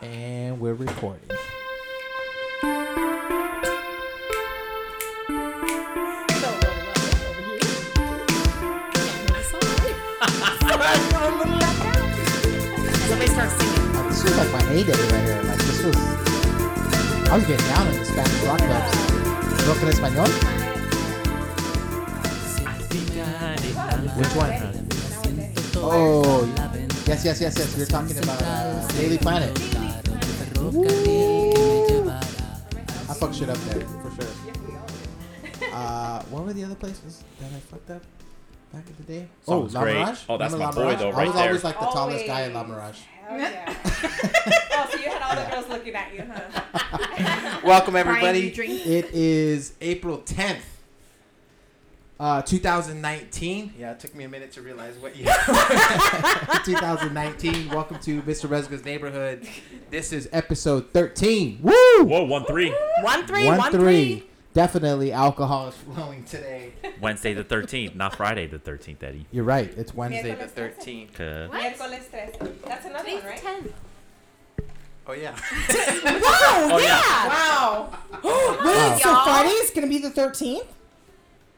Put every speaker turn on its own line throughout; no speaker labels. And we're recording.
Somebody start singing.
This was like my heyday right here. Like this was, I was getting down in the Spanish rock clubs. Rock en español. Which one? Oh, yes, yes, yes, yes. You're talking about uh, Daily Planet. I fucked shit up there for sure. Uh, what were the other places that I fucked up back in the day?
Song was great. Oh, that's
Remember
my
La
boy,
Mirage?
though,
I
right
was always
there.
like the tallest guy in La Mirage.
Hell yeah. oh, so you had all the girls looking at you, huh?
Welcome
Brian, do you drink?
It is April 10th, uh, 2019.
Yeah, it took me a minute to realize what you.
2019. Welcome to Mr. Resga's Neighborhood. This is episode 13. Woo!
Whoa, one three.
One three,
One,
one
three. Definitely alcohol is flowing today.
Wednesday the 13th, not Friday the 13th, Eddie.
You're right. It's Wednesday.
Miércoles 13th.
'Cause-
Miércoles 13th. That's another
Today's
one, right?
ten.
Oh yeah.
Oh,
yeah.
Wow.
Wow.
so y'all. Friday
is gonna be the thirteenth.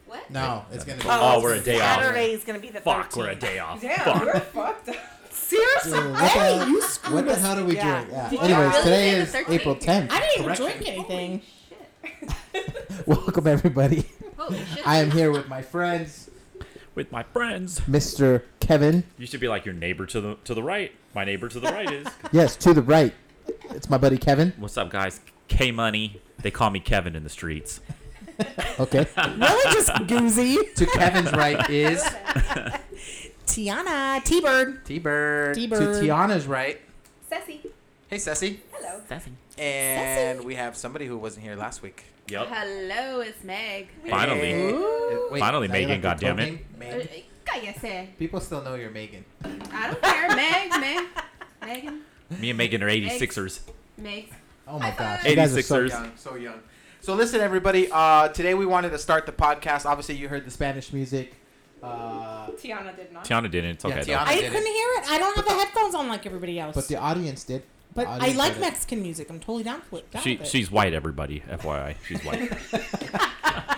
What?
No, it's gonna be.
Oh, we're a day off.
Saturday is gonna be the
Fuck, we're a
13th.
day off.
Damn,
Fuck.
we're fucked up.
Seriously?
Dude, what, the, what the hell do we
Yeah.
drink? Yeah.
Did you
Anyways,
really
today
say the
is
13th?
April 10th.
I didn't even
Correction.
drink anything.
Welcome everybody.
Holy shit.
I am here with my friends,
With my friends.
Mr. Kevin.
You should be like your neighbor to the to the right. My neighbor to the right is.
Yes, to the right. It's my buddy Kevin.
What's up, guys? K Money. They call me Kevin in the streets.
Okay.
Really, just Goozy,
to Kevin's right is
Tiana, T Bird.
T Bird. To
T-Bird.
Tiana's right.
Ceci.
Hey, Ceci.
Hello.
And we have somebody who wasn't here last week.
Yep.
Hello, it's Meg.
Finally.
Hey. Wait,
Finally,
now
Megan,
you have to
goddammit.
name? Megan.
Cállese.
People still know you're Megan.
I don't care. Meg, Meg. Megan.
Me and Megan are 86ers.
Meg.
Oh my gosh.
five.
You guys are so
86ers.
young.
Young, so young.
So listen, everybody. Uh, today we wanted to start the podcast. Obviously, you heard the Spanish music. Uh,
Tiana did not.
Tiana didn't. It's
Yeah,
okay. though.
Tiana
I
did
couldn't hear
it.
it. I don't have the headphones on like everybody else.
but
But,
the audience did. The
I
audience
like
heard it.
Mexican music. I'm totally down for it. Down
She,
with it.
she's white, everybody. FYI. She's white.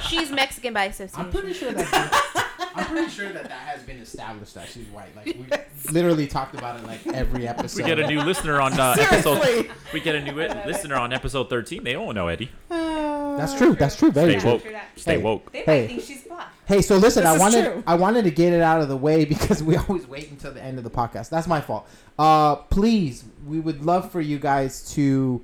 She's Mexican by
I'm
association.
pretty sure that. I'm pretty sure that that has been established that she's white. Like we literally talked about it like every episode.
we get a new listener on uh, episode. We get a new listener on episode 13. They don't know Eddie.
Oh.
That's true. That's true. Very
Stay
true.
woke.
After that.
Stay
Hey.
woke.
They
Hey.
might think she's black.
Hey, so listen,
This
I
is
wanted
true.
I wanted to get it out of the way because we always wait until the end of the podcast. That's my fault. Uh, please, we would love for you guys to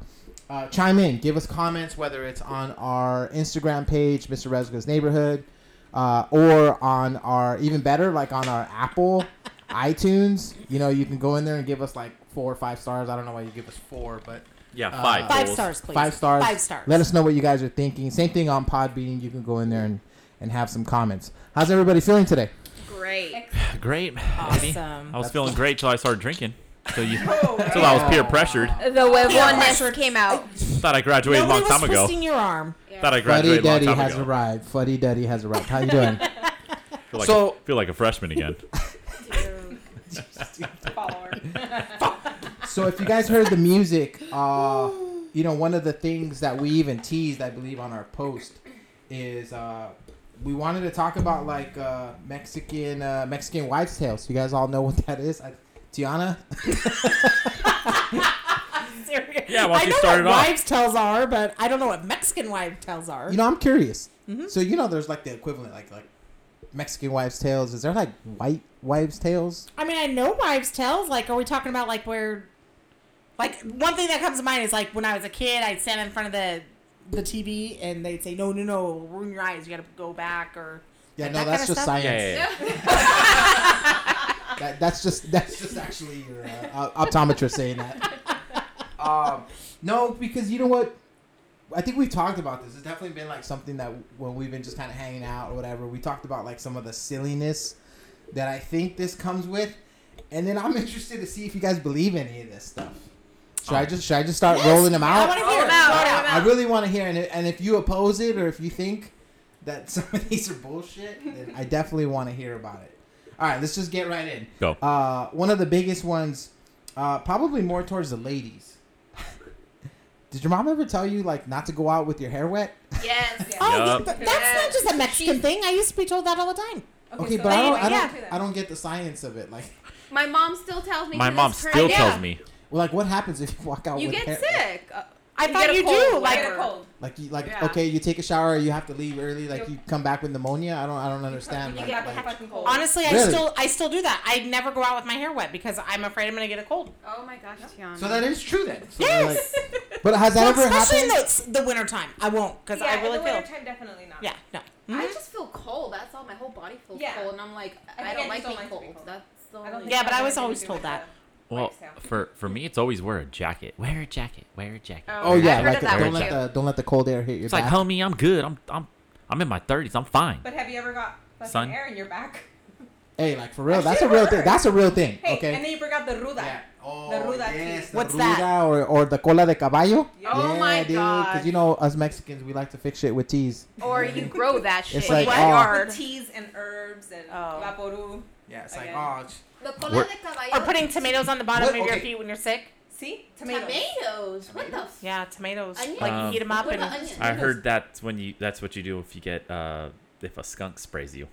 uh, chime in, give us comments, whether it's on our Instagram page, Mr. Resgo's Neighborhood, uh, or on our even better, like on our Apple iTunes. You know, you can go in there and give us like four or five stars. I don't know why you give us four, but
Yeah,
Uh,
five.
five
goals.
stars, please.
Five stars.
Five stars.
Let us know what you guys are thinking. Same thing on Podbean. You can go in there and, and have some comments. How's everybody feeling today?
Great.
Great. Eddie.
Awesome.
I was feeling great till I started drinking. So you,
Oh, right.
till I was peer pressured.
The huevoness came out.
Thought I graduated a
Nobody
long
was
time ago.
twisting your arm.
Thought I
Fuddy
graduated a long
Duddy
time
has
ago.
arrived. Fuddy Duddy has arrived. How you doing?
Feel like
So-
a, feel like a freshman again.
Follower.
so if you guys heard the music, uh, you know one of the things that we even teased, I believe, on our post is uh, we wanted to talk about like uh, Mexican uh, Mexican wives' tales. You guys all know what that is. I, Tiana,
Serious.
Yeah, why don't
I
you
know
start
what
it off?
wives' tells are, but I don't know what Mexican wives' tells are.
you know I'm curious. So you know there's like the equivalent, like like Mexican wives' tales. Is there like white wives' tales?
I mean, I know wives' tales. Like, are we talking about like where, like one thing that comes to mind is like when I was a kid, I'd stand in front of the the TV and they'd say, "No, no, no, it'll ruin your eyes. You got to go back." Or
Yeah,
Like
no,
that
that's
kinda
just
stuff?
science.
Yeah, yeah, yeah.
That, that's just that's just actually your uh, op- optometrist saying that. Um, no, because you know what? I think we've talked about this. It's definitely been like something that when we've been just kind of hanging out or whatever, we talked about like some of the silliness that I think this comes with, and then I'm interested to see if you guys believe any of this stuff. Should I just should I just start
Yes,
rolling them
I
out? Oh,
want to hear.
them
it.
out,
Start
roll
out.
them
I really want to hear, and, and if you oppose it or if you think that some of these are bullshit, then I definitely want to hear about it. All right, let's just get right in.
Go.
Uh, one of the biggest ones, uh, probably more towards the ladies. Did your mom ever tell you like not to go out with your hair wet?
Yes.
Yeah.
Oh,
Yup.
th- that's not just a Mexican thing. I used to be told that all the time.
Okay,
so
but I don't,
anyway,
I
yeah.
don't, I don't get the science of it. Like,
My mom still tells me.
My
to
mom
this per-
still
Yeah.
tells me.
well, like what happens if you walk out?
You
with
get
hair,
sick. Uh,
I
you
thought
get a
you
cold,
do,
I
like-
get a
whatever.
cold.
Like, you, like
Yeah.
okay, you take a shower, you have to leave early. Like, you come back with pneumonia. I don't, I don't understand.
You
like,
get a
like-
fucking cold.
Honestly, I
Really?
still I still do that. I never go out with my hair wet because I'm afraid I'm gonna get a cold.
Oh my gosh, Tiana.
so that is true then. So then, like-
Yes,
but has that
Well,
ever
especially
happened?
in the, the winter time. I won't because
yeah,
I really
in the
feel.
wintertime, definitely not.
Yeah, no.
I
Mhm.
just feel cold. That's all. My whole body feels
Yeah.
cold, and I'm like,
I
I,
think
don't
I
like
just
being
don't like
cold.
to be cold.
That's the
I don't
only.
think
Yeah,
I've
but I
had
was
anything
always
to do
told
with
that.
Well,
Lifestyle.
for for me, it's always wear a jacket. Wear a jacket. Wear a jacket.
Oh yeah,
I've heard
like
of that
don't
one
let
too.
the don't let the cold air hit your
it's like,
back.
homie, I'm good. I'm I'm I'm in my thirties. I'm fine.
But have you ever got fucking
Sun?
air in your back?
hey, like for real,
That
that's a
shit
real thing.
hurts.
That's a real thing.
Hey,
okay.
and then you bring out the ruda.
Oh,
The ruda yes,
the What's that?
ruda Or, or the cola de caballo?
Yeah.
Oh my
Because
god.
you know, us Mexicans, we like to fix shit with teas.
or you grow that shit.
like,
What
oh.
are-
With teas and herbs and
Oh.
vaporu.
Yeah, it's like,
Again.
oh, sh-
The cola
We're-
de caballo.
Or putting tomatoes on the bottom
What?
of your
Okay.
feet when you're sick.
See? Tomatoes.
tomatoes. What the? F-
Yeah, tomatoes.
Onions?
Like
Um,
heat them up
What
and
about onions?
I heard that's when you that's what you do if you get uh if a skunk sprays you.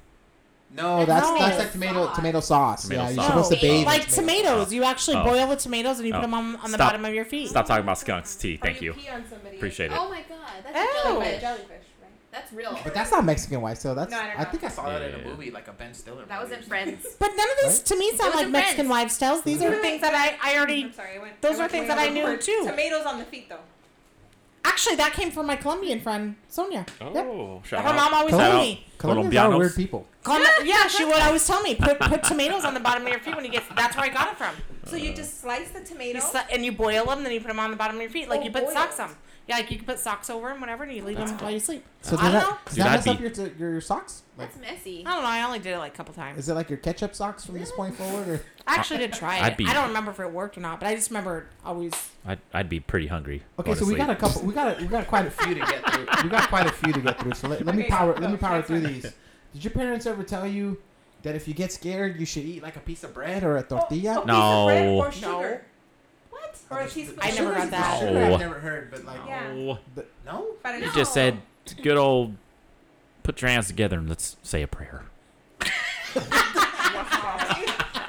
No, Oh, that's
No.
that's like tomato
Sauce.
tomato sauce.
Tomato
yeah,
sauce.
you're supposed to
No.
bathe. in
Oh, like
tomato
tomatoes. You actually
Oh.
boil the tomatoes and you put
Oh.
them on, on the
Stop.
bottom of your feet.
Stop talking about skunks, T.
Or
Thank you.
pee on somebody.
Appreciate it.
Oh my god, that's
Ew.
a
Oh.
jellyfish.
Jellyfish, right?
That's real.
sauce. But that's not Mexican white, so that's
No, I don't
I
know.
think I saw
saw that in
Yeah.
a movie, like a Ben Stiller.
That was
movie
in
or something.
Friends.
But none of these
Right?
to me sound
Those
like
are
Mexican
friends.
wives' tales. These are
Wait,
things
wait,
that I, I already.
I'm sorry, I went.
Those
I
are
went
things
way
that I knew,
overboard.
too.
Tomatoes on the feet, though.
Actually, that came from my Colombian friend Sonia. Yep.
Oh,
Her
shout
mom always
Shout
told
out.
me.
Colombians are
Colombianos.
weird people.
Col- yeah, she would always tell me put put tomatoes on the bottom of your feet when you get. That's where I got it from.
So you just slice the tomato.
You sli- and you boil them, then you put them on the bottom of your feet, like
Oh,
you put
boiled.
socks on. Yeah, like you can put socks over them, whatever, and you leave them while you sleep.
So does
I don't
that,
know.
does
Dude,
that
I'd
mess up
be-
your, t- your socks? Like,
That's messy.
I don't know. I only did it like a couple times.
is it like your ketchup socks from this point forward, or
I actually did try
I'd
it.
be-
I don't remember if it worked or not, but I just remember always.
I'd, I'd be pretty hungry.
okay?
honestly.
So we got a couple. We got a, we got quite a few to get through. We got quite a few to get through. So let, let me
Okay,
power
so
let me power
next
through
one.
these. Did your parents ever tell you that if you get scared, you should eat like a piece of bread or a tortilla?
Oh, a piece of bread
No.
Or
No.
sugar.
What?
Or a teaspoon.
I
of
never
sugar.
got that.
Sure, I've
No.
never heard, but like,
Yeah.
Oh,
but no.
But I
You
know.
just said, good old, put your hands together and let's say a prayer.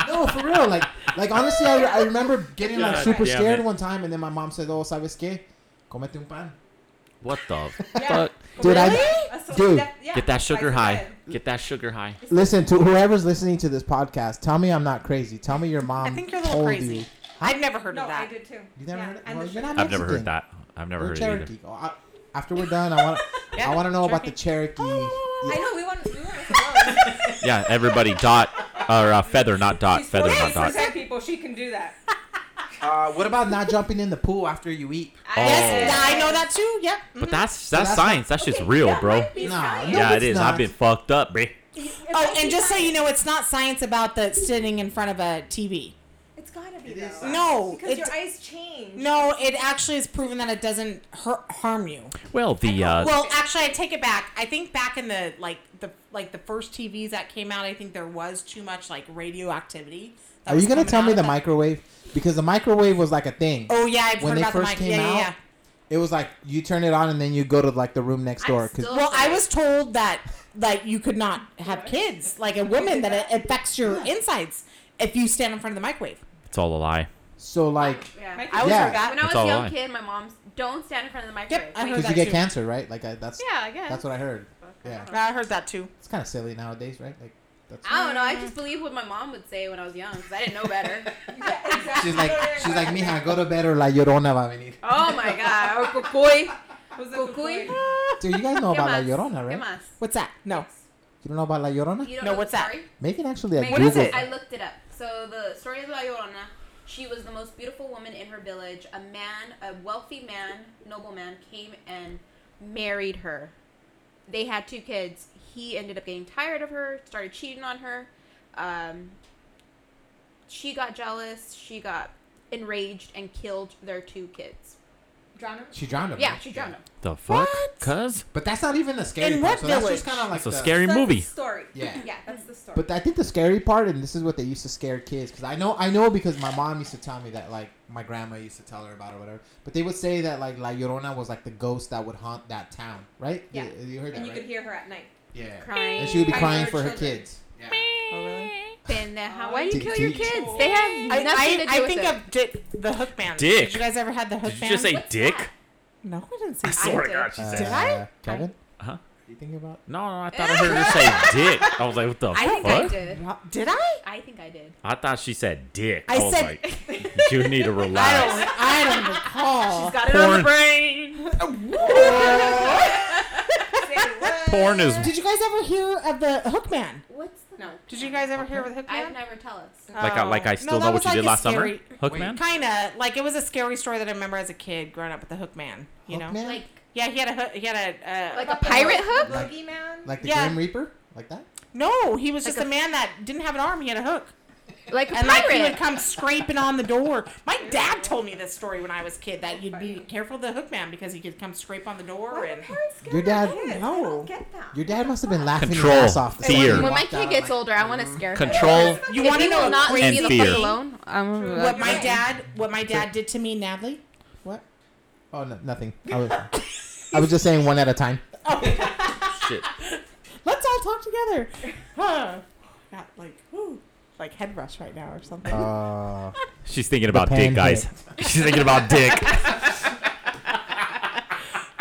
No, for real. Like, like honestly, I, I remember getting like
God
super
damn
scared
it.
one time, and then my mom said, "Oh, sabes qué? Comete un pan."
What the
Yeah.
fuck?
Dude, I-
Really? A sli-
Dude.
that- yeah,
Get that
slice
sugar
of
high.
bread.
Get that sugar high.
Listen to whoever's listening to this podcast. Tell me I'm not crazy. Tell me your mom.
I think you're a little
told
crazy.
You.
I've never heard
No,
of that.
I did too.
You never
Yeah,
heard it?
and
Well,
the
you're
sugar.
not
I've never
Mexican.
heard that. I've never
You're
heard it either.
Cherokee. Oh, I, after we're done, I want
Yeah,
I want to know about the Cherokee.
Oh, I know we want. We want to throw.
Yeah, everybody dot or uh, feather, not dot.
She's
Feather, not dot.
48% people. She can do that.
Uh, what about not jumping in the pool after you eat?
Oh.
Yes, yeah, I know that too. Yep.
But
mhm.
that's
that's
that's
not-
science. That's just real, bro.
Nah, no,
Yeah, it
it's
is.
not.
I've been fucked up, bruh.
Oh, and just so you know, it's not science about the sitting in front of a TV.
It's gotta be
It is
though.
science.
No,
because
it-
your eyes change.
No, it actually is proven that it doesn't hurt, harm you.
Well, the uh,
Well, actually, I take it back. I think back in the like the like the first TVs that came out, I think there was too much like radioactivity. that
Are
was
you gonna
coming
tell me
out
the
of
microwave? Because the microwave was like a thing.
Oh yeah, I've
when
heard
they
about
first
the mic.
came
Yeah, yeah,
out,
yeah.
It was like you turn it on and then you go to like the room next
I'm
door. 'cause-
still-
Well, I was told that like you could not have kids, like a woman, that it affects your insides if you stand in front of the microwave.
it's all a lie.
so like
yeah.
I always
Yeah.
heard that.
When I was
It's
a
all
young
a lie.
kid, my mom's don't stand in front of the microwave.
I
Wait,
heard
because
that
you get
too.
cancer, right? Like I, that's
Yeah, I guess.
that's what I heard. Yeah,
I heard that too.
it's kind of silly nowadays, right? Like that's
I don't know. I just believe what my mom would say when I was young because I didn't know better.
Yeah, exactly.
she's like she's like mija, go to bed or la llorona va a venir.
oh my god. Oh, cucuy.
Was it
Cucuy.
before?
Dude, you guys know
¿Qué
about la
más?
llorona,
¿Qué
right?
más?
What's that? No.
You don't know about la llorona?
You don't know
No,
the
what's that?
story?
Make it actually a
Megan,
What is
Google.
it?
I looked it up. So the story of La Llorona. She was the most beautiful woman in her village. A man, a wealthy man, nobleman, came and married her. They had two kids. He ended up getting tired of her, started cheating on her. Um, she got jealous. She got enraged and killed their two kids.
drown him?
She drowned him.
Yeah,
right?
she drowned him.
The fuck? Cuz?
But that's not even the scary
In
part.
what
so that's just
village?
kind of like
It's a
the-
scary
That's
movie.
the story.
Yeah.
yeah, that's the story.
But I think the scary part, and this is what they used to scare kids, because I know I know because my mom used to tell me that, like my grandma used to tell her about it, or whatever. But they would say that like La Llorona was like the ghost that would haunt that town, right?
Yeah.
You, you heard that,
and you
right?
could hear her at night.
yeah.
Crying.
And she would be
I
crying
heard
for her
children.
kids. Yeah.
Oh, really?
Then the- how- why do you
Did-
kill your
did-
kids? They have
I,
nothing to do
I, I
with
think
it.
of Dick, the Hookman.
Dick.
Did you guys ever had the Hookman?
Did you just say
What's
dick?
that?
No, I didn't say
I swear to
did.
God, she
Uh,
said. Uh-huh.
Did I?
Kevin?
Huh?
You thinking about?
No, no, I thought I heard her say dick. I was like, what the
I think I
fuck?
did.
What? Did I?
I think I did.
I thought she said dick.
I
I, was
said-
like, you need to
I
relax.
don't. I don't recall.
Got
Porn,
brain.
porn is
Did you guys ever hear of the Hookman?
What's the
No.
Did you guys ever hear of the
I've
Hookman?
never tell us.
like I,
Uh,
like I still know what you did last summer. Hookman.
Kinda like it was a scary story that I remember as a kid growing up with the Hookman. You know.
Hookman?
Like
Yeah, he had a hook. He had a. Uh,
like a pirate hook?
Like-
Boogeyman.
Like the
Yeah.
Grim Reaper, like that?
no, he was
Like
just
a-
a man that didn't have an arm. He had a hook,
Like a
and like he would
pirate.
come scraping on the door. My dad told me this story when I was a kid that you'd be careful of the Hookman because he could come scrape on the door and.
Your dad-
No.
No.
get that.
Your dad must have been laughing your
Control,
ass off. the second
fear.
you
When my
walked
kid
out,
gets
like-
older, I want to scare him.
Control.
You
If
want to
he
know
will
a
not leave
And
me
crazy
the
fear.
fuck alone. I'm gonna be
what
like,
my
"Okay."
dad what my dad did to me Natalie
What? Oh, no, nothing. I was, I was just saying one at a time.
Shit.
let's all talk together huh got like whoo like head rush right now or something
Uh,
She's thinking about dick,
pan
guys. She's thinking about dick.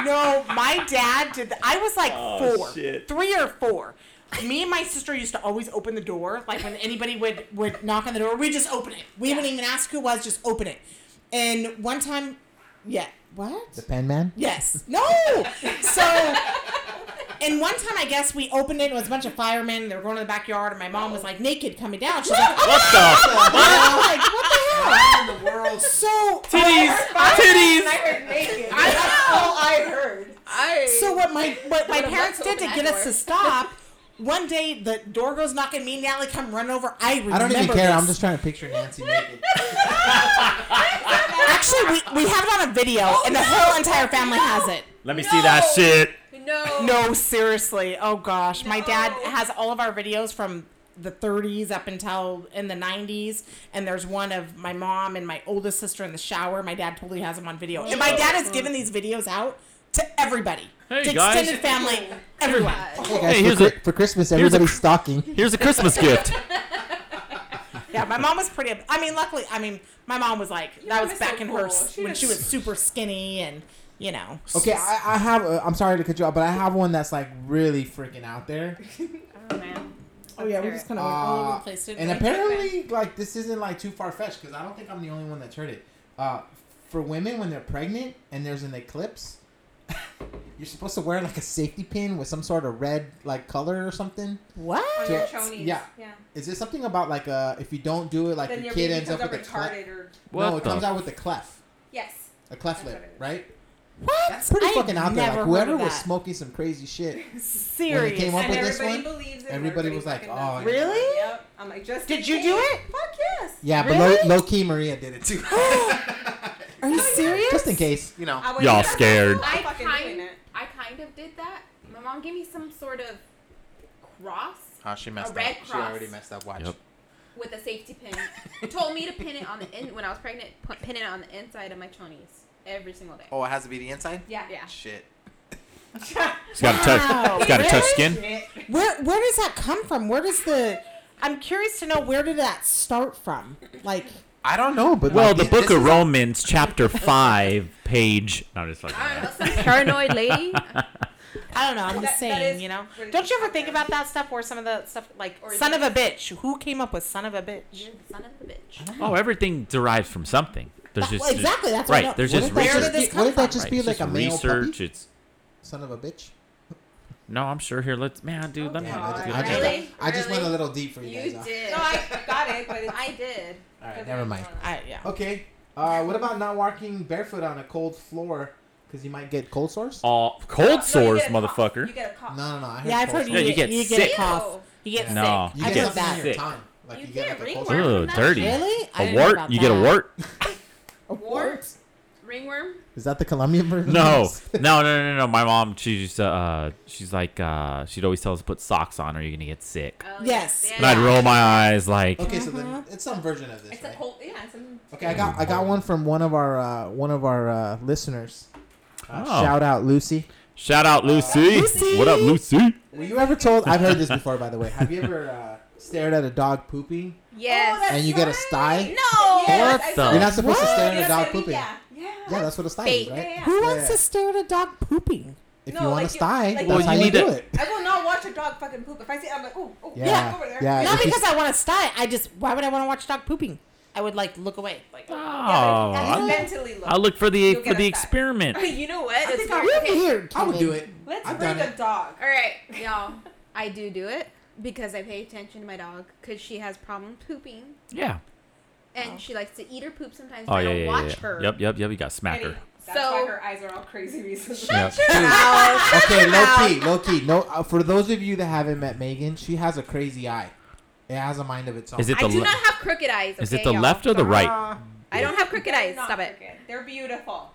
no my dad did th- I was like
Oh,
four,
shit.
three or four me and my sister used to always open the door like when anybody would would knock on the door we just open it we wouldn't even ask who it was just open it and one time yeah what
the Pen Man.
Yes. No. So, and one time I guess we opened it. and It was a bunch of firemen. They were going to the backyard, and my mom was like naked coming down. She's like, oh,
What
in
I'm like, what
the
the world?
the hell? So
titties? Titties.
I heard naked.
I-
That's all I heard.
I
So what my what my
Would've loved
parents
to
did to
open
get
that
us
door.
to stop. One day the door goes knocking. Me and Natalie come run over. I remember.
I don't even care.
This.
I'm just trying to picture Nancy naked.
actually we, we have it on a video, and the whole entire family has it.
Let me see that shit.
no.
No, seriously. Oh gosh, my dad
No.
has all of our videos from the 30s up until in the 90s, and there's one of my mom and my oldest sister in the shower. My dad totally has them on video, and my dad has given these videos out to everybody,
Hey,
to
guys.
extended family, everyone.
Hey, guys,
Hey,
for,
here's
Chri-
a-
for Christmas,
here's a-
everybody's stalking.
Here's a Christmas gift.
Yeah, my mom was pretty. I mean, luckily, I mean, my mom was like that
mom
was
is
back
so
in her
cool.
s-
She
when
just-
she was super skinny and you know.
Okay, I, I have. A, I'm sorry to cut you off, but I have one that's like really freaking out there.
Oh, man.
Oh yeah, we just kind of went all over the place.
Uh, and
didn't we?
apparently, like this isn't like too far fetched because I don't think I'm the only one that's heard it. Uh, for women when they're pregnant and there's an eclipse, you're supposed to wear like a safety pin with some sort of red like color or something.
what?
On your
So-
chonies.
yeah.
Yeah.
Is there something about like uh if you don't do it like
Then
your
your
kid
baby
ends up
comes
with
up
a cleft?
retarded or
No, it
What the-
comes out with a cleft,
yes.
a cleft
That's what
lip,
it is.
right?
What?
That's pretty
I
fucking out there.
never
Like
heard
whoever
of
was
that.
smoking some crazy shit.
Serious.
came up
And
with this
everybody
one,
believes it. and
everybody was like,
fucking
"Oh,
does
yeah."
it.
Really?
Yep. I'm like, just
Did
in
you
case.
do it?
Fuck yes.
Yeah, but
Really?
low, low key Maria did it too.
Are you serious?
Just in case, you know.
I would-
Y'all scared.
I'm
I
fucking doing
kind,
it.
I kind of did that. My mom gave me some sort of cross
Oh, she messed
A red
up. She
cross.
already messed up. Watch.
Yep.
with a safety pin. Told me to pin it on the in when I was pregnant. Put, pin it on the inside of my chonies every single day.
Oh, it has to be the inside.
Yeah.
Yeah.
Shit.
It's got a touch.
Wow.
It's got a touch
Really?
skin.
Where where does that come from? Where does the I'm curious to know where did that start from? Like
I don't know.
No, but
Well,
like,
the
thi-
Book
this
of
is-
Romans, chapter five, page. No, I'm just fucking.
I don't know,
around.
some paranoid lady.
I don't know, I'm just
That- that
saying,
is
you know.
really
Don't you ever think
out
about that stuff where some of the stuff like
Or is
son
it-
of a bitch? Who came up with son of a bitch?
You're the son of a bitch.
Oh, everything derives from something. There's
That-
just
well, exactly, that's what I
right.
know.
There's
What
just
if that
Where
research.
did this
be-
come
What if that
from?
just
right?
be
It's
like
just
a male
research.
puppy?
It's
Son of a bitch.
no, I'm sure. Here, let's man, dude. Let me.
Damn, I
God.
just- I just-
Really?
I just went a
Really?
little deep for you,
You
guys. huh?
did.
No, I got it, but it's
I did.
All right, never mind.
I, yeah.
Okay. Uh, what about not walking barefoot on a cold floor because you might get cold sores?
Oh,
No,
cold
you
sores,
get a cough.
motherfucker.
You get a cough.
No, no, no. I heard
Yeah, I've
cold
heard you,
sores.
Yeah, you
get,
get
you get
sick.
a cough. You get
Yeah.
No.
sick.
You
I
get
heard
something in
that.
your
sick.
tongue. Like
You
you, get
can't
like a cold sore.
ringworm.
Ugh, dirty.
Really? I
A
didn't know
wart.
about
You get a
that.
wart.
A wart?
Ringworm?
Is that the Colombian version?
No, no, no, no, no. My mom, she's uh, she's like, uh, she'd always tell us to put socks on, or you're gonna get sick.
Oh,
Yes.
yeah.
And I'd roll my eyes like,
Okay, so
Uh-huh.
then it's some version of this.
It's a
Right?
whole, yeah, it's a,
Okay, I got I got one from one of our uh, one of our uh, listeners. Uh,
Oh.
Shout out Lucy.
shout out Lucy.
Lucy!
What up, Lucy?
Were you ever told? I've heard this before, by the way. Have you ever uh, stared at a dog pooping
Oh, Yes.
and you get a sty?
no.
Yes,
What
I
the-
saw-
You're not supposed to stare
You're
at a dog
not supposed to
pooping.
be-
Yeah.
Yeah.
that's what a sty
Fake.
is, right?
Yeah, yeah.
Who
Yeah,
wants
yeah.
to stare at a dog pooping?
If
No,
you want
like
to
you-
sty,
like
that's
you-
how
Well,
you
you
do
need
it.
I will not watch a dog fucking poop. If I see it, I'm like, oh, oh,
Yeah,
over there.
yeah.
Not
if you-
because I want to style. I just why would I want to watch dog pooping? I would like look away. Like
Oh,
Yeah, like, I
I
mentally look.
I look for the
You'll get
for the
a sty.
experiment.
you know what?
I
It's
think
not-
I
you're
okay.
weird.
I would
Kevin.
do it.
Let's
I've
bring
done
a dog.
All right, y'all. I do do it because I pay attention to my dog because she has problem pooping
Yeah.
and she likes to eat her poop sometimes.
Oh
I
yeah,
don't
yeah, yeah,
watch
yeah.
her.
Yep, yep, yep. You got
Eddie,
smacker.
That's
So-
why her eyes are all crazy recently.
Yeah.
okay, low key, low key. No, uh, for those of you that haven't met Megan, she has a crazy eye. It has a mind of its own.
Is it
I
the
do
le-
not have crooked eyes.
is
okay,
it the
y'all?
left or the right?
Ah.
I don't have crooked
They're
eyes.
not
Stop it.
crooked. They're beautiful.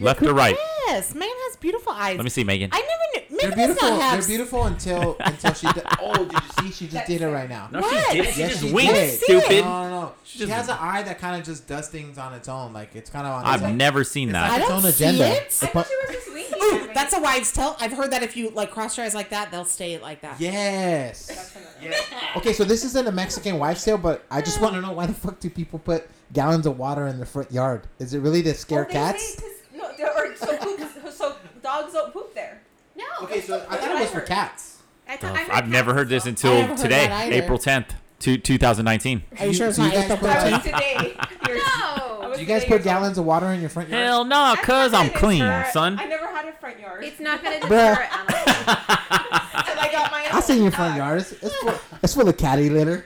Left or right?
Yes, man has beautiful eyes.
Let me see, Megan.
I never knew.
They're
Megan does
beautiful.
not have.
They're beautiful until until she. d oh, did you see? She just
That's
did it
it.
right now.
No,
What?
she did. She
Yes,
just
she
winked,
did.
stupid.
No, no, no. She,
just-
has an eye that kind of just does things on its own. Like it's kind of on.
I've
its own.
never seen
It's
that.
on
I
its
don't
own
see
agenda.
it.
The
I
pu-
thought she was just winking
Ooh,
at me.
that's a wives tell. I've heard that if you like cross your eyes like that, they'll stay like that.
yes.
That's another-
Okay, so this isn't a Mexican wife sale, but I just want to know why the fuck do people put gallons of water in their front yard? Is it really to scare
Well, Oh, they
cats?
say 'cause- No, they're- or so, poops, so dogs don't poop there.
No.
Okay, so I thought it was for cats.
I
Oh,
thought- I heard
I've never
cats
heard this
as
I
until
never heard
today,
that either.
April 10th, two, 2019.
Are you,
You-
sure it's
so you
not
guys
April
put
That
Yeah.
was
14th?
today. You're-
well.
I
No.
was
Do you guys
today
put
yourself.
gallons of water in your front yard?
Hell no,
I
cuz
never
I'm
had a
clean,
deterrent.
son.
I never had a front yard.
It's not gonna deter
Bruh.
animals.
and I got my own.
I see your front yard. It's, it's, full, it's full of catty litter.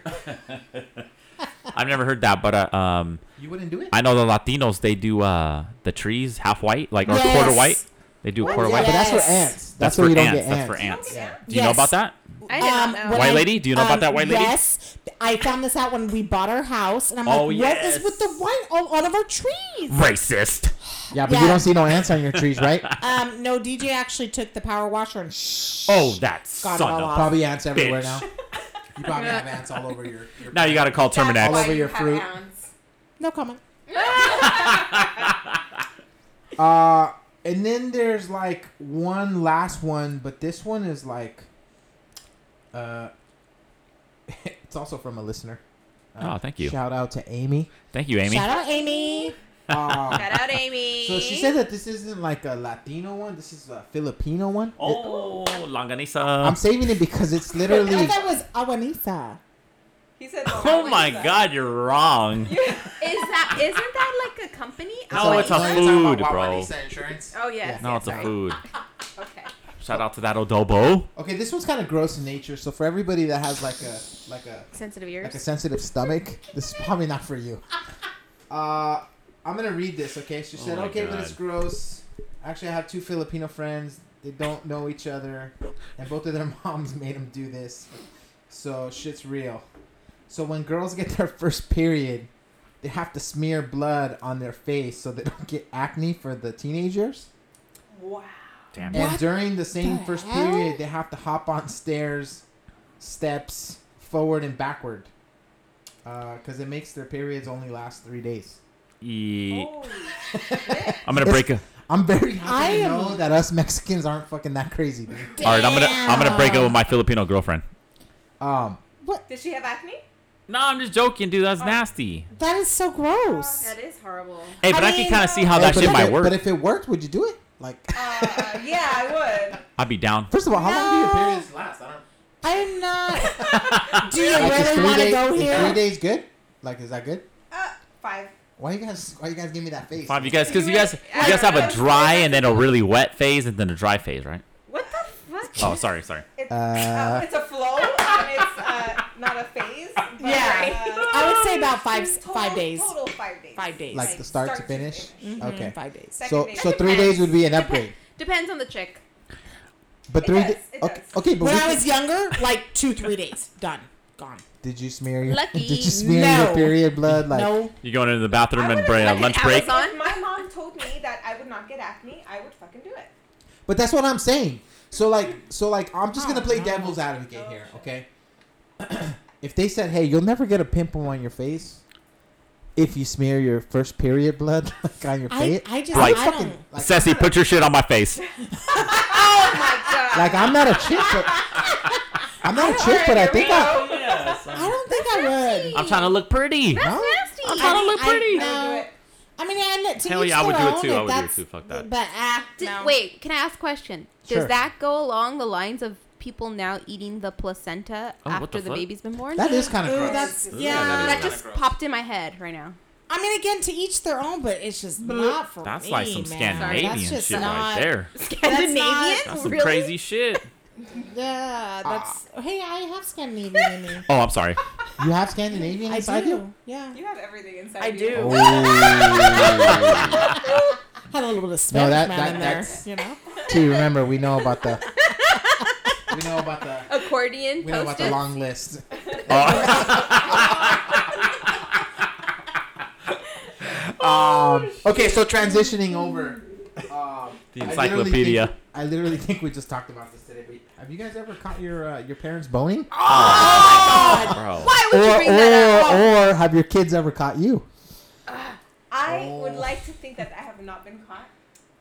I've never heard that, but uh, um,
You wouldn't do it?
I know the Latinos, they do uh, the trees half white, like, or
Yes.
quarter white. They do quarter
yeah,
white.
but that's for
Yes.
ants. That's,
That's
where
for
you don't
ants.
get ants.
That's for ants.
Yeah.
Do you know
Yes.
about that?
I did not
Um,
know.
when
White
I-
lady? Do you know about
um,
that white lady?
Yes, I found this out when we bought our house, and I'm
Oh,
like, "What
yes.
is with the white all out of our trees?"
Racist.
Yeah, but you
Yeah.
don't see no ants on your trees, right?
Um, no, DJ actually took the power washer and shh.
Oh, that
Got it
son
all
of
off.
Probably ants everywhere
Bitch.
now. You probably have ants all over your. your
Now you got to call
All
Terminex.
over your fruit.
No comment.
Uh, and then there's like one last one, but this one is like, uh, it's also from a listener.
Oh, thank you.
Shout out to Amy.
Thank you, Amy.
Shout out Amy.
Uh,
Shout out, Amy.
so she said that this isn't like a Latino one. This is a Filipino one. It-
Oh, Longanisa.
I'm saving it because it's
I
literally.
thought that was Awanisa.
He said,
oh
what
my
is that?
god, you're wrong.
"Is that isn't that like a company?"
No,
Oh,
it's a
wait.
food, bro.
Oh yes.
No,
yes,
it's a
sorry.
food.
Okay.
Shout out to that adobo.
Okay, this one's kind of gross in nature. So for everybody that has like a like a
Sensitive ears.
like a sensitive stomach, this is probably not for you. Uh, I'm gonna read this, okay? She
Oh
said,
my
"Okay, but it's
God.
gross." Actually, I have two Filipino friends. They don't know each other, and both of their moms made them do this. So shit's real. So when girls get their first period, they have to smear blood on their face so they don't get acne for the teenage years.
Wow.
Damn it.
And during the same
the
first
hell?
period, they have to hop on stairs, steps, forward and backward. Because it makes their periods only last three days.
Ye-
Holy
E. I'm gonna break a.
I'm very happy
I
to
am-
know that us Mexicans aren't fucking that crazy. Dude.
All right, I'm gonna I'm gonna break up with my Filipino girlfriend.
Um,
Did she have acne?
No, I'm just joking, dude. That's nasty.
That is so gross.
That is horrible.
Hey, but I,
I
can
mean,
kind
uh,
of see how
hey,
that
but
shit
if
might
it-
work.
But if it worked, would you do it? Like,
Uh, yeah, I would.
I'd be down.
first of all, how long do your
No.
periods last? I don't.
I'm not. Do you
Like, is
really
three
want to
days-
go
is Three
here?
days good? Like, is that good?
Uh, five.
Why you guys? Why you guys give me that face?
Five, you guys, because you guys, you
I-
guys have
I
a
was
dry
thinking
and then a really wet phase and then a dry phase, right?
What the fuck?
Oh, sorry, sorry.
It's,
Uh,
uh, it's a flow, and it's uh, not a phase. But,
Yeah.
uh,
I would say about five
total-
five days.
Total five days.
Five days.
Like the start, to finish.
Mhm,
Okay.
Five days.
Second
So,
day.
so three days would be an upgrade.
Depends on the chick.
But
It
three
does,
days.
it
Okay,
does.
okay, but
When
we
I
can-
was younger, like two three days, done, gone.
Did you smear your
Lucky.
Did you smear
No.
your period blood? Like
no,
You're going into the bathroom and break a
like an
lunch break.
Amazon-
If my mom told me that not get acne, I would fucking do it.
But that's what I'm saying. So like, so like, I'm just
Oh,
gonna play
no.
devil's advocate
Oh,
here,
shit.
okay? if they said, "Hey, you'll never get a pimple on your face if you smear your first period blood like, on your
I,
face,"
I just
Like-
I
fucking
don't.
like,
Sassy, put your shit on my face.
Oh my god.
like I'm not a chick, but I'm not a chick, but I think I.
I don't think I would.
I'm trying to look pretty.
No?
Nasty.
I'm trying to look
I- I-
pretty.
I would do
No.
it.
I mean, and to
Hell
each
yeah, I would
their
do it
own,
too. I
if
would do it
that's-
too. Fuck that.
But ah,
Did-
no.
Wait, can I ask a question?
Sure.
Does that go along the lines of people now eating the placenta
Oh, what
after
the
the,
fuck?
baby's been born?
That is kind of
Ooh,
gross.
that's
Ooh,
yeah.
that is
that
kinda
just
gross.
popped in my head right now.
I mean, again, to each their own, but it's just not for
That's
me,
like some
man.
Scandinavian
That's just
shit
not,
right there.
Scandinavian?
That's some
really?
crazy shit.
Yeah, that's.
Ah.
hey, I have Scandinavian in me.
Oh, I'm sorry.
You have Scandinavian
I
inside you.
do. Yeah,
You have everything inside.
I
you.
do.
Oh.
had a little bit of Spanish
that-
man
that-
in there.
that's-
You know,
T, remember we know about the. We know about the.
Accordion
We know about the
post-it.
long list.
Oh.
Um, okay, so transitioning over. Um,
The
I literally
encyclopedia.
think- I literally think we just talked about this today. But have you guys ever caught your uh, your parents boning?
Bro.
Why
Or
would you bring that up?
or have your kids ever caught you?
I would
Oh.
like to think that I have not been caught.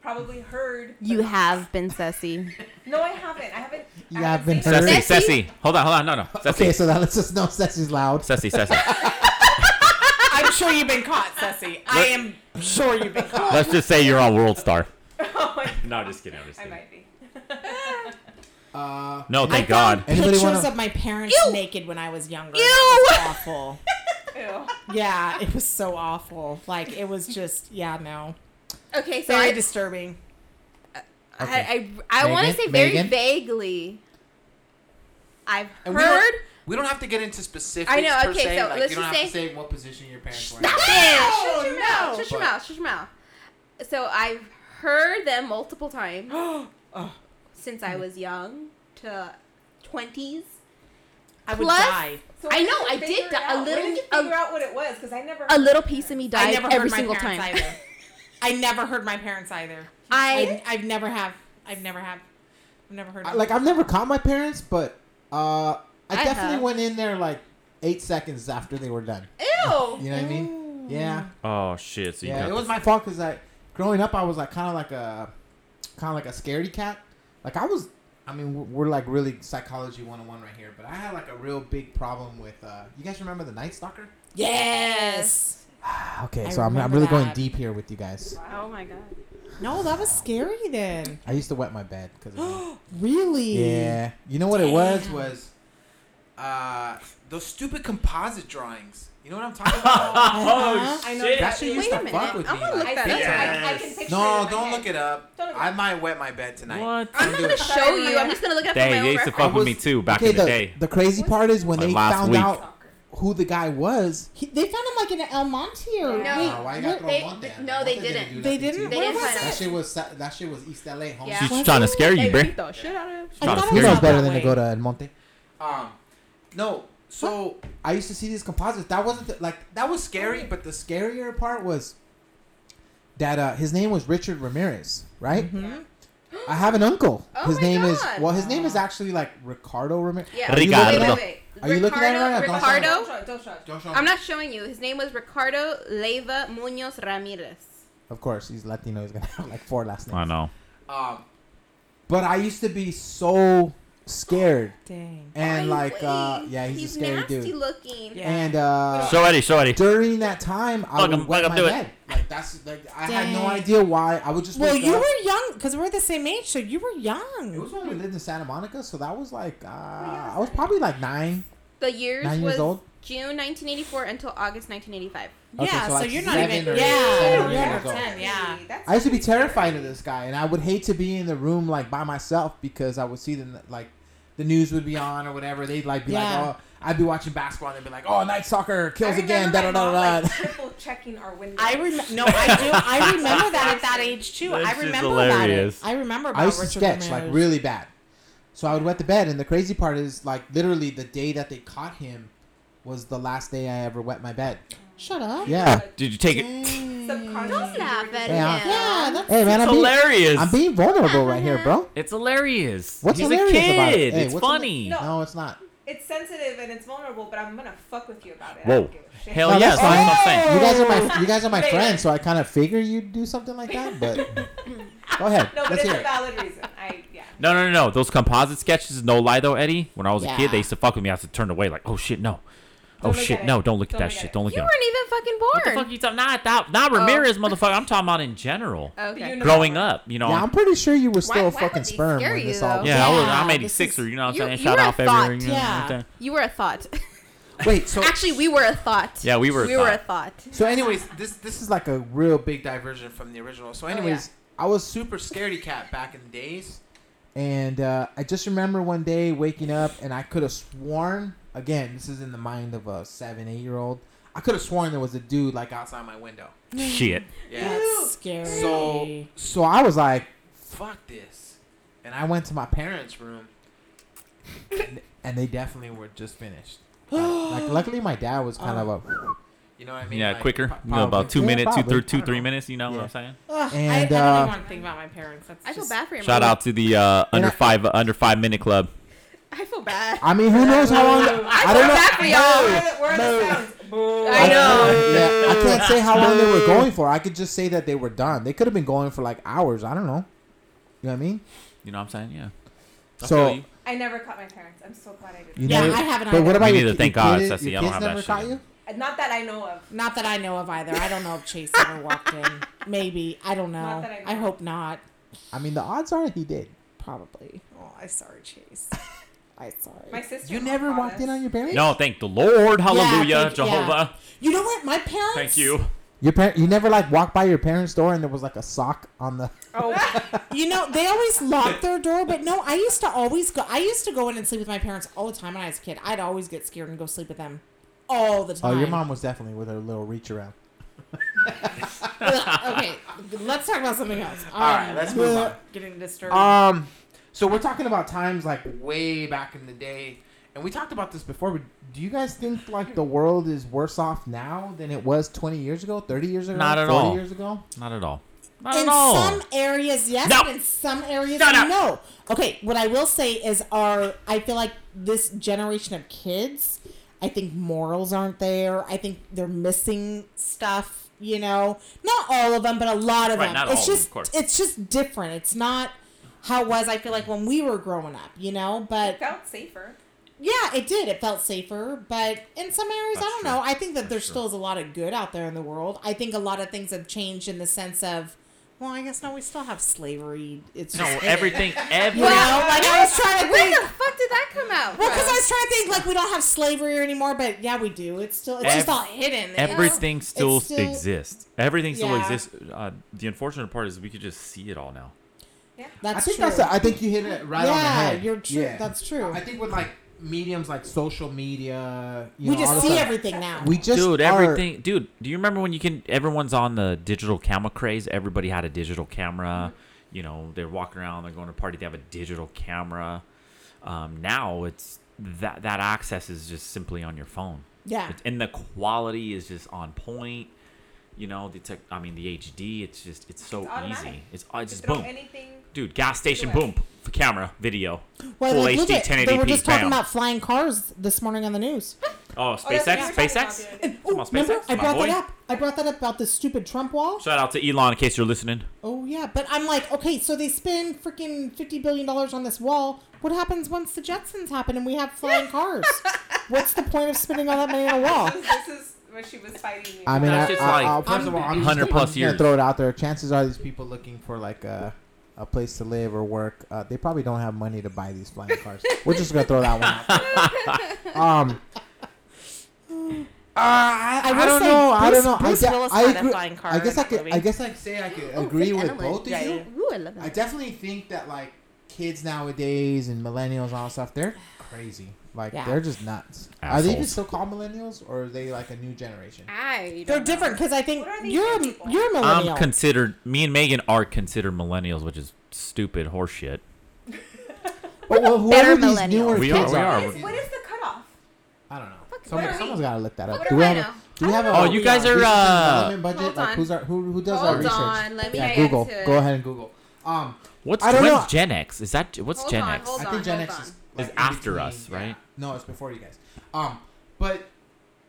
Probably heard. but
You
not-
have been sessy.
No, I haven't. I haven't.
You
I
have been
haven't seen-
Sassy,
Sessie?
Sassy. Hold on, hold on. No, no. Sassy.
Okay, so that lets us know Sessy's loud.
Sassy, Sassy.
I'm sure you've been caught, Ceci. I
Let-
am sure you've been caught.
Let's just say you're on World Star.
Oh my
No, just kidding. I'm just
I
kidding.
might be.
Uh,
No,
I
thank
found
God.
Anybody
Pictures
wanna-
of my parents
Ew.
naked when I was younger. It
Ew.
was awful.
Ew.
Yeah, it was so awful. Like it was just yeah, no.
Okay, so
Very
I,
disturbing.
Okay.
I, I, I want to
Megan?
say very
Megan?
vaguely. I've
And we don't-
heard.
We don't have to get into specifics.
I know,
Per
okay,
se.
so
like,
let's
you don't
just
have to say what position your parents were. in.
Stop it!
Oh,
Shut your mouth! Shut your
But-
mouth! Shut your mouth! So I've heard them multiple times Uh. since I was young to twenties.
I would
Plus-
die.
So
I
when
know,
you
I did
figure it
di- a
out-
little-
When did you
a-
figure out what it was? Because I never.
A
heard
little
my
piece of me
parents.
died
I never
every
heard my
single time.
parents either. I never heard my parents either.
I
I I've never have. I've never have. I've never heard.
I- like I've never caught my parents, but uh, I,
I
definitely
have.
went in there like eight seconds after they were done.
ew.
You know what I mean? Yeah.
Oh shit. So you
yeah,
got
it was
this-
my fault because like growing up, I was like kind of like a kind of like a scaredy cat. Like I was, I mean, we're, we're like really psychology 101 right here, but I had like a real big problem with. uh You guys remember the Night Stalker?
Yes.
Ah, okay,
I
so I'm, I'm
remember
really going
that.
deep here with you guys.
Oh my god.
No, that was scary then.
I used to wet my bed because
Really?
yeah, you know what it was
Damn.
was
Uh, those stupid composite drawings. You know what I'm talking about?
Uh-huh.
I know
Oh, shit.
that shit
Wait
used
a
to
minute,
fuck with
I
me.
wanna
like,
look
I,
that
that's
big
up.
time.
I, I can
Yes.
picture
No, don't look it up.
Don't look it
I
up.
might wet my bed tonight.
What?
I'm not
do
gonna
it.
show you. I'm just gonna look it up on my
They they
own
used to
record.
fuck with
I
me
was-
too back
okay,
in the,
the,
day.
the crazy part is when
Like
they
last
found
week.
out who the guy was.
He, they found him like in El Monte or
No.
wait,
Uh, why you
where-
got thrown
they-
one down?
no,
Monte
they
didn't
didn't.
do
They
nothing
didn't?
to you.
They
Where
didn't
was
find
That
it?
shit was sa- that shit was East LA, homie.
Yeah.
She's trying to scare you,
They
bruh.
beat the shit out of him.
I thought it
Trying to
He
scare
was
knows
out
better
that
than to
way.
go to El Monte.
Um, no. So
I used to see these composites. That wasn't the, like that was scary, but the scarier part was that uh, his name was Richard Ramirez, right?
Mhm.
I have an uncle.
Oh
his
my
name is
God.
well, his name is actually like Ricardo Ramirez.
Yeah.
Are you
Ricardo.
looking at-
Wait, wait,
Are you looking at it right now? Don't
Ricardo?
show me.
Ricardo?
Don't show it, Don't show it.
Don't show
I'm
me.
not showing you. His name was Ricardo Leiva Munoz Ramirez.
Of course, he's Latino. He's gonna have like four last names.
I know.
um,
But I used to be so scared
Dang.
and
By
like uh,
way,
yeah, he's, a scary
nasty
dude.
looking.
Yeah.
And uh,
Show Eddie. Show Eddie.
during that time, I
Fuck
would
him,
wet
fuck him,
my
do it.
bed. Like that's like I had no
Dang.
idea why. I would just
Well,
wake
you
up.
were young because we're the same age, so you were young.
It was when we lived in Santa Monica, so that was like uh, I was probably like nine.
The years
Nine years
was
old?
June 1984 until August 1985.
yeah,
Okay, so
so,
like
you're not
seven
even.
or
Yeah,
seven
you're
years
under
old.
ten. Yeah.
That's
I used to be terrified of this guy, and I would hate to be in the room like by myself because I would see the like the news would be on or whatever. They'd like be
Yeah.
like, oh, I'd be watching basketball and they'd be like, oh, night soccer
I
kills
remember
again. Da da
my
da
mom,
da. da.
like, triple checking our windows.
I remember. No, I do. I remember that at that age too.
That
I
shit's
remember
hilarious.
about it. I remember about
I used to
Richard
sketch like
Ramirez.
really bad, so I would wet the bed. And the crazy part is like literally the day that they caught him was the last day I ever wet my bed.
Shut up.
Yeah.
Did you take it?
Don't
Mm.
Subconsciously.
laugh at
Yeah.
him.
Yeah, that's
Hey man, I'm
It's
being,
hilarious.
I'm being vulnerable right here, bro.
it's hilarious.
What's
He's
hilarious
a kid.
about it? Hey,
it's
what's hila-
funny.
No.
No, it's not.
It's sensitive and it's vulnerable, but I'm gonna fuck with you about it. I
Whoa.
don't give a shit.
Hell
No,
yeah.
that's
That's what I'm
fine.
saying.
You guys are my you guys are my
Baby.
friends, so I kind of figure you'd do something like that. But go ahead,
No, but
let's
it's
hear
a
it.
valid reason. I yeah.
No, no, no, no. Those composite sketches, no lie though, Eddie. When I was a
Yeah.
kid, they used to fuck with me. I used to turn away, like, oh shit, no. Oh
Don't look
shit,
at it.
no. Don't look
Don't
at that
look at
shit.
it.
Don't look
You
at
weren't even
What the
fucking
fuck
born.
you talking? Not that. Not Ramirez, motherfucker. I'm talking about in general.
okay.
You know-
Growing up, you know.
Yeah, I'm pretty sure you were
Why-
still
why
a
would
fucking
they
sperm
scare
when
you,
this all.
though?
Yeah, I was,
Yeah,
I'm
this
86er. You know what I'm
you-
saying?
you
Shout
were a
out everyone.
thought,
you know what I'm
yeah.
saying?
You were a thought.
Wait, so
Actually, we were a thought.
Yeah, we were a
We were a
thought.
thought.
so anyways,
Anyways, this this is like a real big diversion from the original. So,
Oh, yeah.
anyways, I was super scaredy cat back in the days.
and uh, I just remember one day waking up and I could have sworn again. This is in the mind of a seven, eight year old. I could have sworn there was a dude like outside my window.
Shit.
Yeah.
That's scary.
So
So I was like,
fuck this,
and I went to my parents,
parents' room.
and they definitely were just finished. like, luckily, my dad was kind of a.
You know what I mean?
Yeah,
Like,
quicker.
po-
You know, about two
Yeah,
minutes, two,
probably.
thir- two,
I don't
three
know.
minutes. You know what
Yeah.
I'm saying?
Ugh, I, I
And,
don't
uh,
even want to think about my parents. That's
I feel
just-
bad for your
Shout
mom.
out to the uh, under
I-
five uh, under five minute club.
I feel bad.
I mean, who knows how long? I
I
don't
feel
know.
bad for y'all.
Where are the, where are the sounds? Boo.
I know.
Yeah, I can't say how long they were going for. I could just say that they were done. They could have been going for like hours. I don't know. You know what I mean?
You know what I'm saying? Yeah. I
So-
feel you.
I never caught my parents. I'm so glad I didn't.
You
Yeah,
know,
I haven't
But
either.
what about
Me
your,
neither,
ki-
thank
your
God,
kid-
Ceci,
your
I don't
kids
have that
never
shit
caught
yet.
you?
Not that I know of.
Not that I know of either. I don't know if Chase ever walked in. Maybe I don't know.
Not that I know.
I hope not.
I mean, the odds are he did.
Probably. Oh, I sorry, Chase. I sorry.
My sister.
You never walked in on your parents.
No, thank the Lord. Hallelujah.
Yeah, thank-
Jehovah.
You know what? My parents.
Thank you.
Your parent, you never like walked by your parents' door and there was like a sock on the.
Oh,
You know they always lock their door, but no, I used to always go. I used to go in and sleep with my parents all the time when I was a kid. I'd always get scared and go sleep with them all the
Oh,
time.
your mom was definitely with her little reach around.
Ugh, okay, let's talk about something else. Um,
All right, let's move on.
Getting disturbed.
Um, so we're talking about times like
Way back in the day,
and we talked about this before, but do you guys think like the world is worse off now than it was 20 years ago, 30 years ago,
Not at
40
all.
years ago?
Not at all. Not
in
at all.
some areas, yes,
No.
but in some areas,
Shut up.
no. Okay, what I will say is, our I feel like this generation of kids, I think morals aren't there. I think they're missing stuff. You know, not all of them, but a lot of
Right,
them.
not
it's
all of them,
just
of course.
it's just different. It's not how it was I feel like when we were growing up. You know,
it
but
felt safer.
yeah, it did. It felt safer, but in some areas, I
That's
don't
true.
know. I think that there
true.
still is a lot of good out there in the world. I think a lot of things have changed in the sense of, well, I guess no, we still have slavery. It's
No,
just
everything.
You
Every.
know, like I was trying to
Where
think.
the fuck did that come out?
Well, because
from?
I was trying to think like we don't have slavery anymore, but yeah, we do. It's still it's just
Ev-
all hidden. It's-
Everything still,
still-
exists. Everything still
Yeah.
exists. Uh, the unfortunate part is we could just see it all now.
I
that's
think
true.
that's. A, I think you hit it right
yeah,
on the head.
you're true.
Yeah.
That's true.
I think with like mediums like social media, you
we
know, all
just
this
see
stuff,
everything now.
We just
dude,
are-
everything. Dude, do you remember when you can? Everyone's on the digital camera craze. Everybody had a digital camera. You know, they're walking around. They're going to party. They have a digital camera. Um, now it's that that access is just simply on your phone.
yeah,
It- and the quality is just on point. You know, the tech. I mean, the HD. It's just it's so
It's automatic.
easy. It's uh, it's just
Just throw
boom.
anything.
Dude, gas station,
Anyway.
boom, for camera, video.
well,
full
like,
HD,
look at- They
1080p,
were just talking
bam.
about flying cars this morning on the news.
Oh,
Oh, that's
SpaceX,
what we were talking
SpaceX.
about, dude.
Come on,
oh, Remember,
SpaceX,
I
my
brought
boy.
that up. I brought that up about the stupid Trump wall.
Shout out to Elon in case you're listening.
Oh yeah, but I'm like, okay, so they spend freaking fifty billion dollars on this wall. What happens once the Jetsons happen and we have flying cars? What's the point of spending all that money on a
Oh.
wall?
This is where she was fighting me.
I mean,
That's
I,
just
I,
like
I, first of all, I'm
100
just,
plus
I'm just Gonna
years.
throw it out there. Chances are, these people looking for like a a place to live or work, uh, they probably don't have money to buy these flying cars. We're just gonna throw that one out. there. Um,
uh, I,
I
I
will
don't
say
know. I
Bruce-
don't know.
Bruce
I,
Willis
I
had a
agree-
flying car
I guess
in
I
that
could.
movie.
I guess I could say I could
Oh,
agree
Fake
with
Ellen.
both of
Yeah,
you.
yeah.
Ooh, I love
I
that.
definitely think that like kids nowadays and millennials and all that stuff, they're crazy. Like
Yeah.
they're just nuts. Are they even
Assholes.
still called millennials, or are they like a new generation?
I
They're
don't
different because I think
What are these
you're a,
people?
you're a millennial.
I'm considered, me and Megan are considered millennials, which is stupid horseshit.
Well, well,
better
whoever these
millennials.
newer
We
kids
are, we
are,
are.
What is, what is the cutoff?
I don't know.
Fuck,
Someone,
what are we-
someone's got to look that up.
What
Do
do
we
I
have
know?
a- Do we have a,
Oh, you guys are,
research and
uh,
development budget?
Hold
like
on.
who's our, who who does our
Hold
research?
on, let me
yeah,
get
Google.
to it.
Go ahead and Google. Um,
What's
I don't
when's
know.
Gen X? Is that what's
Hold
Gen
on,
X?
hold
I think Gen
hold
X
on.
is, like,
Is
in
after us,
yeah.
right?
No, it's before you guys. Um, but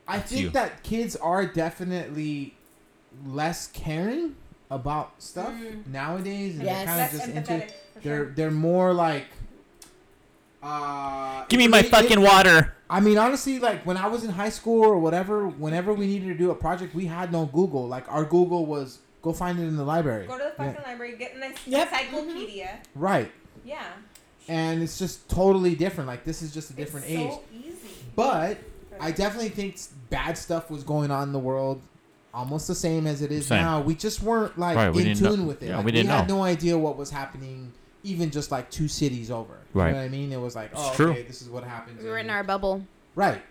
I think
you.
that kids are definitely less caring about stuff
Mm.
nowadays, and
Yes.
they're kind of
That's
just into.
empathetic. for
They're
sure.
they're more like. Uh,
Give me my
it- it-
fucking water.
I mean, honestly, like when I was in high school or whatever, whenever we needed to do a project, we had no Google. Like our Google was go find it in the library.
Go to the
Yeah.
fucking library, get an
Yep. Mm-hmm.
encyclopedia.
Right.
Yeah.
And it's just totally different. Like this is just a different
it's
age.
So easy.
But
for
I
them.
definitely think s- bad stuff was going on in the world almost the same as it is
Same.
now. We just weren't like
Right, we
in
didn't know-
tune with it.
yeah,
Like,
we didn't
had
know.
no idea what was happening even just like two cities over. You
Right.
know what I mean? It was like,
It's
oh,
true.
okay, this is what happens.
We were in
in-
our bubble.
Right.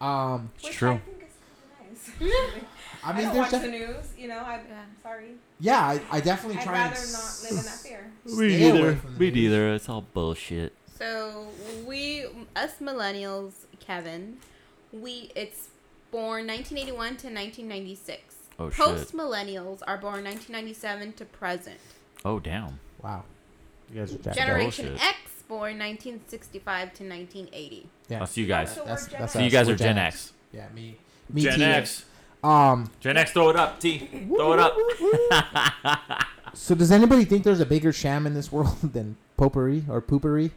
Um
It's
Which I
true.
think is kinda nice.
I
I
mean
don't
there's
watch
def-
the news, you know. I'm
Yeah.
sorry.
yeah, I, I definitely
I'd
try
rather
and
not
s-
live in that fear.
stay away from the news.
It's all bullshit.
So we, us millennials, Kevin, we it's born 1981 to 1996.
Oh, shit.
Post millennials are born 1997 to present.
Oh damn.
Wow. You guys are jacked up.
Generation
bullshit.
X born 1965 to 1980.
Yeah.
That's you guys.
So we're
That's-
Gen
that's
So you
us.
guys
We're
are Gen X.
Yeah, me. Me too. Um
Gen X, throw it up, T. Throw it up.
so does anybody think there's a bigger sham in this world than potpourri or poopery?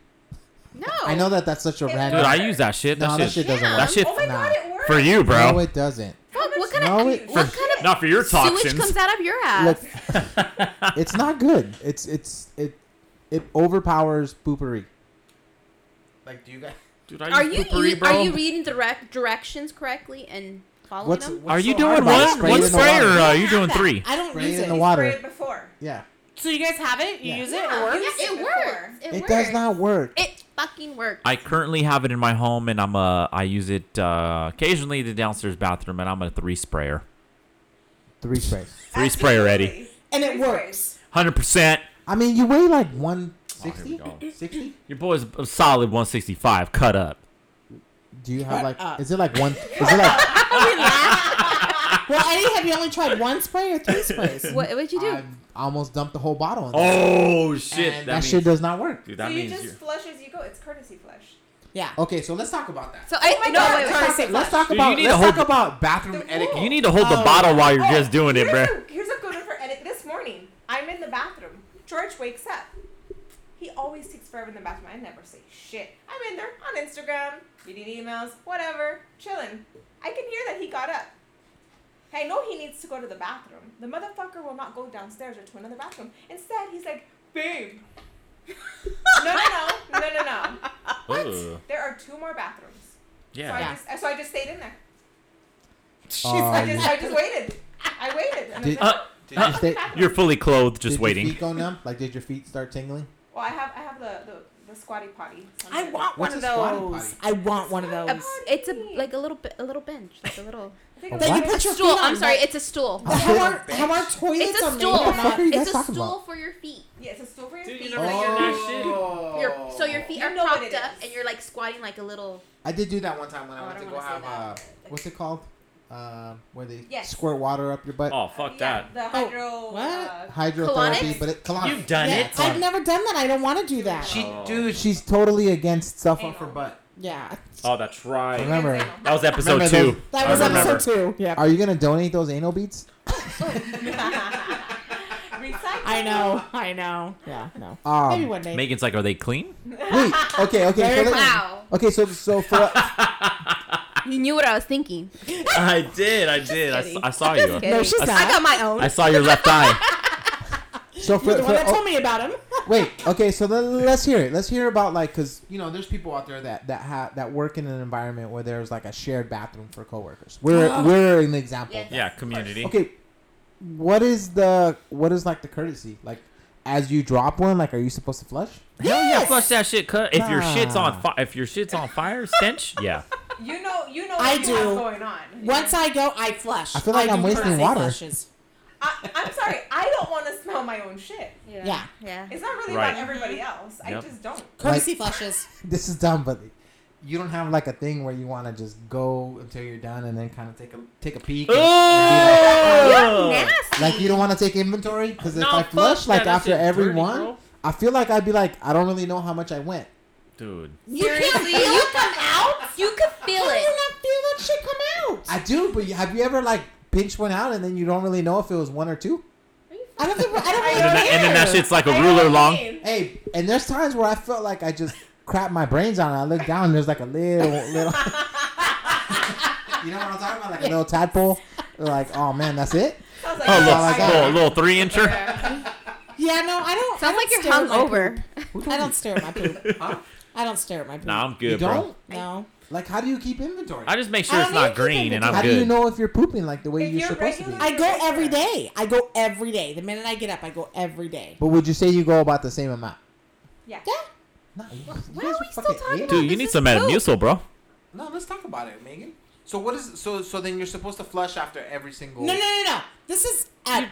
No,
I know that that's such a
Dude,
Dude,
random
I use that shit.
No,
That,
that
shit,
shit doesn't
Yeah.
work.
that shit
Oh my
Nah.
god, it worked.
for you, bro.
No, it doesn't.
Fuck, what kind
No,
of
it-
what kind of
Not for your
sewage
toxins.
comes out of your ass?
Look, it's not good. It's it's it it overpowers poopery.
Like, do you guys?
Dude,
are
use
you
Poo-pourri,
you- are you reading direct directions correctly and following
What's,
them?
what's
Are you
so hard
doing
about it?
one?
Spray it
One
in the
spray
water.
or
I
are Uh, you
have
doing
that.
three?
I don't
Spray
use
it
it.
in the water.
Sprayed before.
Yeah,
So you guys have it? You
Yeah.
use it?
Yeah,
it works?
yeah, it
Before.
works. It,
it
works.
does not work.
It fucking works.
I currently have it in my home, and I'm a. I use it uh, occasionally in the downstairs bathroom, and I'm a three sprayer.
Three sprays.
Three spray already.
Absolutely.
And it
Three
works.
Hundred percent.
I mean, you weigh like
Oh,
160?
here we
60?
Your boy's a solid 165 cut up.
Do you have
Shut
like?
up.
Is it like one? Is it like?
Well, Eddie, have you only tried one spray or three sprays?
What would you do?
I almost dumped the whole bottle. In there.
Oh shit!
And that, shit does not work.
Dude,
So you just flush as you go. It's courtesy flush.
Yeah.
Okay, so let's talk about that.
so I
my
no
God,
wait, wait,
Tara,
wait.
Let's talk
Dude,
about
you need
let's
to hold
talk about bathroom
The
etiquette.
rule.
You need to hold the
Oh,
bottle while you're
Oh,
just doing it,
here's
bro.
A, here's a good one for edit. This morning, I'm in the bathroom. George wakes up. He always takes forever in the bathroom. I never say shit. I'm in there on Instagram, reading emails, whatever, chilling. I can hear that he got up. I know he needs to go to the bathroom. The motherfucker will not go downstairs or to another bathroom. Instead, he's like, babe. no, no, no, no, no, no.
Ugh.
There are two more bathrooms. So I
Yeah.
just, so I just stayed in there.
Um,
Oh,
I just, I just waited. I waited. And
Did-
then-
Uh,
Did
Uh,
you stay-
You're fully clothed,
did
just
Your
waiting.
feet go numb? Like, did your feet start tingling?
Well, I have I have the the, the squatty potty. so I'm
I
good.
want
What's
one
a
of
squatty
those. I want one of
Squatty
those.
potty.
It's a like a little bit, a little bench, like a little
I
A
think I'm
what?
Then you
gonna-
put your
stool.
feet on
I'm sorry,
that.
it's a stool.
Oh,
How are, how are toilets
It's a
are made
stool.
What
or
the fuck are
not?
you guys
It's a
talking
stool
about?
for your feet.
yeah, it's a stool for your
Dude,
feet.
you never think you're not shit.
Your, so your feet
You
are
know what
propped
it
up,
is.
and you're like squatting like a little.
I did do that one time when
Oh,
I
I
went to
don't
go
wanna
have
say
uh,
that.
what's it called? Um, where they
Yes.
squirt water up your butt?
Oh
Uh,
fuck
yeah,
that.
The hydro.
Oh,
Uh,
Hydrotherapy,
Colonics?
but it, colonics.
You've done
Yeah,
it.
it's
I've
like-
never done that. I don't want to do that.
She,
Oh.
dude, she
She's totally against stuff up her
Anal.
butt.
Yeah.
Oh, that's right.
Remember.
it's anal.
That was episode
Remember
two.
those-
That
I
was
remember.
episode two. Yeah.
Are you gonna donate those anal beads?
Recycle.
I know. I know. Yeah. No.
Um,
Maybe one day.
Megan's like, are they clean?
Wait. Okay. Okay.
Very
So let-
Wow,
okay. So so for
you knew what I was thinking.
I did. I did. I, s- I saw you.
no, she's not.
I got my own.
I saw your left eye.
so
You're
for,
the
for
one that
oh,
told me about him.
wait. Okay. So then let's hear it. Let's hear about like because you know there's people out there that that have that work in an environment where there's like a shared bathroom for coworkers. We're
Oh.
we're an example. of
Yes.
that.
Yeah, community.
Okay. What is the what is like the courtesy like? As you drop one, like, are you supposed to flush?
Yeah,
Yes.
flush that shit. Cut. If your
Nah.
shit's on fire, if your shit's on fire, stench. Yeah.
You know. You know. What
I
you
do.
Have going on.
Once I go, I flush.
I feel like I'm
do
wasting
curtsy
water.
Flushes.
I, I'm sorry. I don't want to smell my own shit.
Yeah.
yeah. Mm-hmm.
It's not really
Right.
about everybody else.
Yep.
I just don't.
Courtesy flushes.
This is dumb, but you don't have like a thing where you want to just go until you're done and then kind of take a take a peek. and- and be
Oh!
nasty.
like, like, you don't want to take inventory because if
No,
I
fuck
flush like
that, that
after
shit
every
dirty,
one,
bro.
I feel like I'd be like I don't really know how much I went.
dude.
you can't feel you come out. You could feel
How do you
it.
not feel that shit come out?
I do, but you- have you ever like pinched one out and then you don't really know if it was one or two?
I don't think. I don't really
And then, that, and then that
care.
shit's like a
I know
ruler
what you
long.
mean.
Hey, and there's times where I felt like I just crapped my brains out. And I look down and there's like a little, little. you know what I'm talking about? Like a little tadpole. Like, oh man, that's it.
Sounds like
Oh,
you
look,
I
like
got
little,
it.
little three incher.
that.
Yeah, no, I don't. I
Sounds
don't
like you're
stare at my
hungover.
Who
poop.
told
I
you?
don't stare at my poop.
Huh?
I don't stare at my poop.
Nah, I'm
You
good,
don't?
bro.
No.
Like, how do you keep inventory?
I just make sure
I
it's
don't
not
even think
green
I
and
do.
I'm
how do you
good.
know if you're pooping like the way
If
you're,
you're
supposed to
regular-
be?
I go every day. I go every day. The minute I get up, I go every day.
But would you say you go about the same amount?
Yeah.
Yeah.
No, you-
Why
you
are
guys
we
fucking
still talking
idiots.
about-
Dude, you
this
need
is
some
dope.
Metamucil, bro.
No, let's talk about it, Megan. So what is so so then you're supposed to flush after every single
No, no, no, no. This is at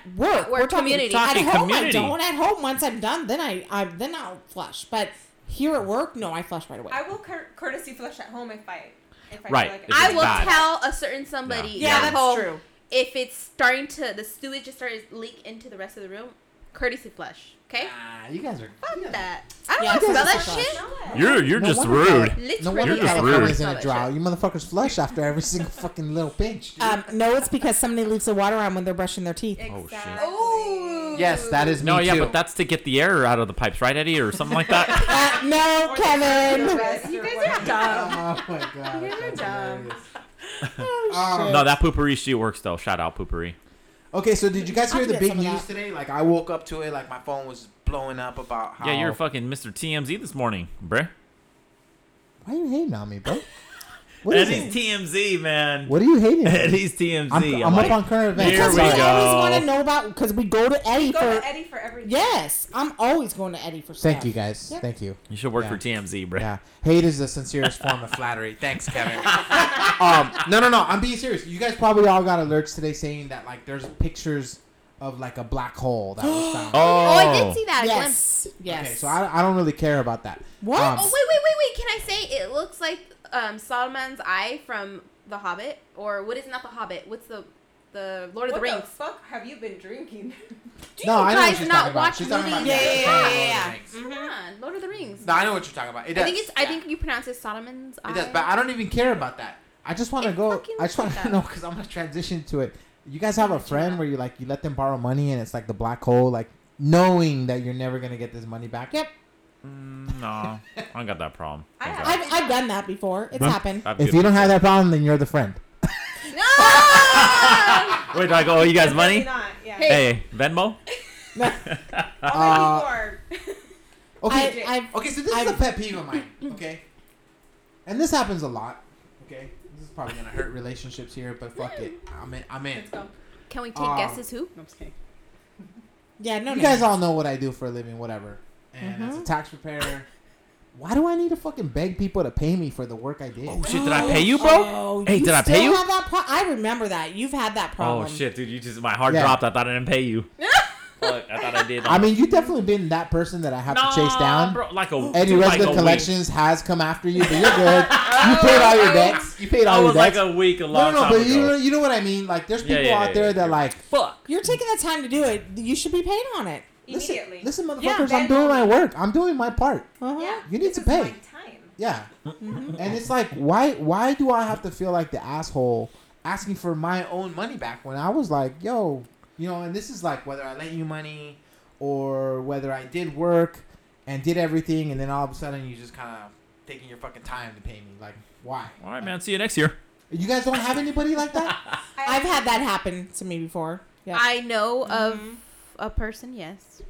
we're
work. We're talking
community.
At
Talking
home, I
community.
don't. At home, once I'm done, then I, I then I'll flush. But here at work, no, I flush right away.
I will cour- courtesy flush at home if I if I
Right.
feel like it.
If
I
it's
will
bad.
tell a certain somebody.
Yeah.
at
that's
home If it's starting to the sewage just started to leak into the rest of the room, courtesy flush. Okay.
Ah, you guys are.
Fuck
you guys-
that. I don't
Yeah,
want to
I
smell
guess
that
it's a
shit.
You're you're
No
just
wonder Cali-
rude.
No
Literally,
wonder
You're just
California's
rude.
in a drought. You motherfuckers flush after every single fucking little pinch.
Uh,
dude.
Um, no, it's because somebody leaves the water on when they're brushing their teeth.
Exactly.
Oh, shit. Oh,
Ooh.
yes, that is me
No, yeah,
too.
but that's to get the air out of the pipes, right, Eddie, or something like that.
Uh, no, Kevin.
You guys are dumb.
Oh my god.
You guys are
that's
dumb.
hilarious.
Oh,
no, that poopery she works though. Shout out poopery.
Okay, so did you guys
I'll
hear the
get
big
some of
news
that.
today? Like, I woke up to it. Like, my phone was blowing up about how.
Yeah, you're fucking Mr. TMZ this morning, bruh.
Why are you hating on me, bro? What is
Eddie's
it?
TMZ, man.
What are you hating? on?
Eddie's TMZ.
I'm, I'm
like,
up on current events.
Here
Because
that's
we
we,
all.
go.
always want to know about because we go to Eddie
Go
for
to Eddie for everything.
yes. I'm always going to Eddie for stuff.
Thank you guys.
Yep.
Thank you.
You should work
Yeah.
for TMZ, bruh.
Yeah, hate is the sincerest form of
flattery. Thanks, Kevin.
um, no, no, no. I'm being serious. You guys probably all got alerts today saying that like there's pictures of like a black hole that was found.
Oh, I did see that. I glimpsed.
Yes. Yes.
Okay, so I, I don't really care about that.
What?
Um,
Oh wait, wait, wait, wait! Can I say it looks like um, Solomon's Eye from The Hobbit, or what is not The Hobbit? What's the the Lord
What
of the
the,
Rings?
fuck have you been drinking?
no, I know
guys
what she's
not
talking about.
watch
She's talking about
movies?
yeah,
Yeah,
she's
yeah,
talking about all
yeah, yeah.
the things.
Come on, Lord of the Rings.
No, I know what you're talking about. It does.
I think it's. I
Yeah.
think you pronounce it Solomon's Eye.
it does, but I don't even care about that.
I just want to
It
go.
fucking
I just want
looks
to
like
know
that.
because I'm gonna transition to it. You guys have a friend where you like you let them borrow money and it's like the black hole, like knowing that you're never gonna get this money back.
Yep.
Mm, no, I don't got that problem.
I
Thank
have-
God.
I've, I've done that before. It's
Huh?
happened.
I have
If
good
you don't
people.
have that problem, then you're the friend.
no!
wait, do I go owe you guys
Definitely
money?
Not. Yeah.
Hey.
Hey, Venmo.
All my
Uh,
people are-
Okay,
I, I've
Okay, so this is
I'm-
a pet peeve of mine. Okay, and this happens a lot. Okay, this is probably gonna hurt relationships here, but fuck it, I'm in. I'm in.
Let's go.
Can we take
Um,
guesses who? No, I'm just kidding.
yeah. No,
You
no.
guys all know what I do for a living, whatever. And as a
Mhm.
tax preparer, why do I need to fucking beg people to pay me for the work I did?
Oh shit, did I pay you, bro?
Oh,
Hey,
you
did I pay
still
you?
Have that pro- I remember that. You've had that problem.
Oh shit, dude, you just my heart
Yeah.
dropped. I thought I didn't pay you. Fuck, I thought I did.
I mean, you've definitely been that person that I have to chase
Nah,
down.
bro, like a
Eddie
dude, like
Resnick
a week.
Collections has come after you, but you're good. you paid all your debts. You paid
That
all your
was like
debts.
a week, a
no,
long
no, no,
time
but
ago.
you know, you know what I mean. Like, there's
Yeah,
people
yeah,
out
yeah,
there
yeah,
that
yeah.
like
Fuck.
You're taking the time to do it. You should be paid on it.
Listen,
Immediately.
listen,
Yeah,
motherfuckers, I'm
then-
doing my work. I'm doing my part.
Uh-huh.
yeah.
You need
this
to
is
pay.
my time.
Yeah.
Mm-hmm.
And it's like, why why do I have to feel like the asshole asking for my own money back when I was like, yo, you know, and this is like whether I lent you money or whether I did work and did everything and then all of a sudden you just kind of taking your fucking time to pay me. Like, why?
All right, man. See you next year.
You guys don't have anybody like that?
I've had that happen to me before. Yeah.
I know
Mm-hmm.
of a person. Yes.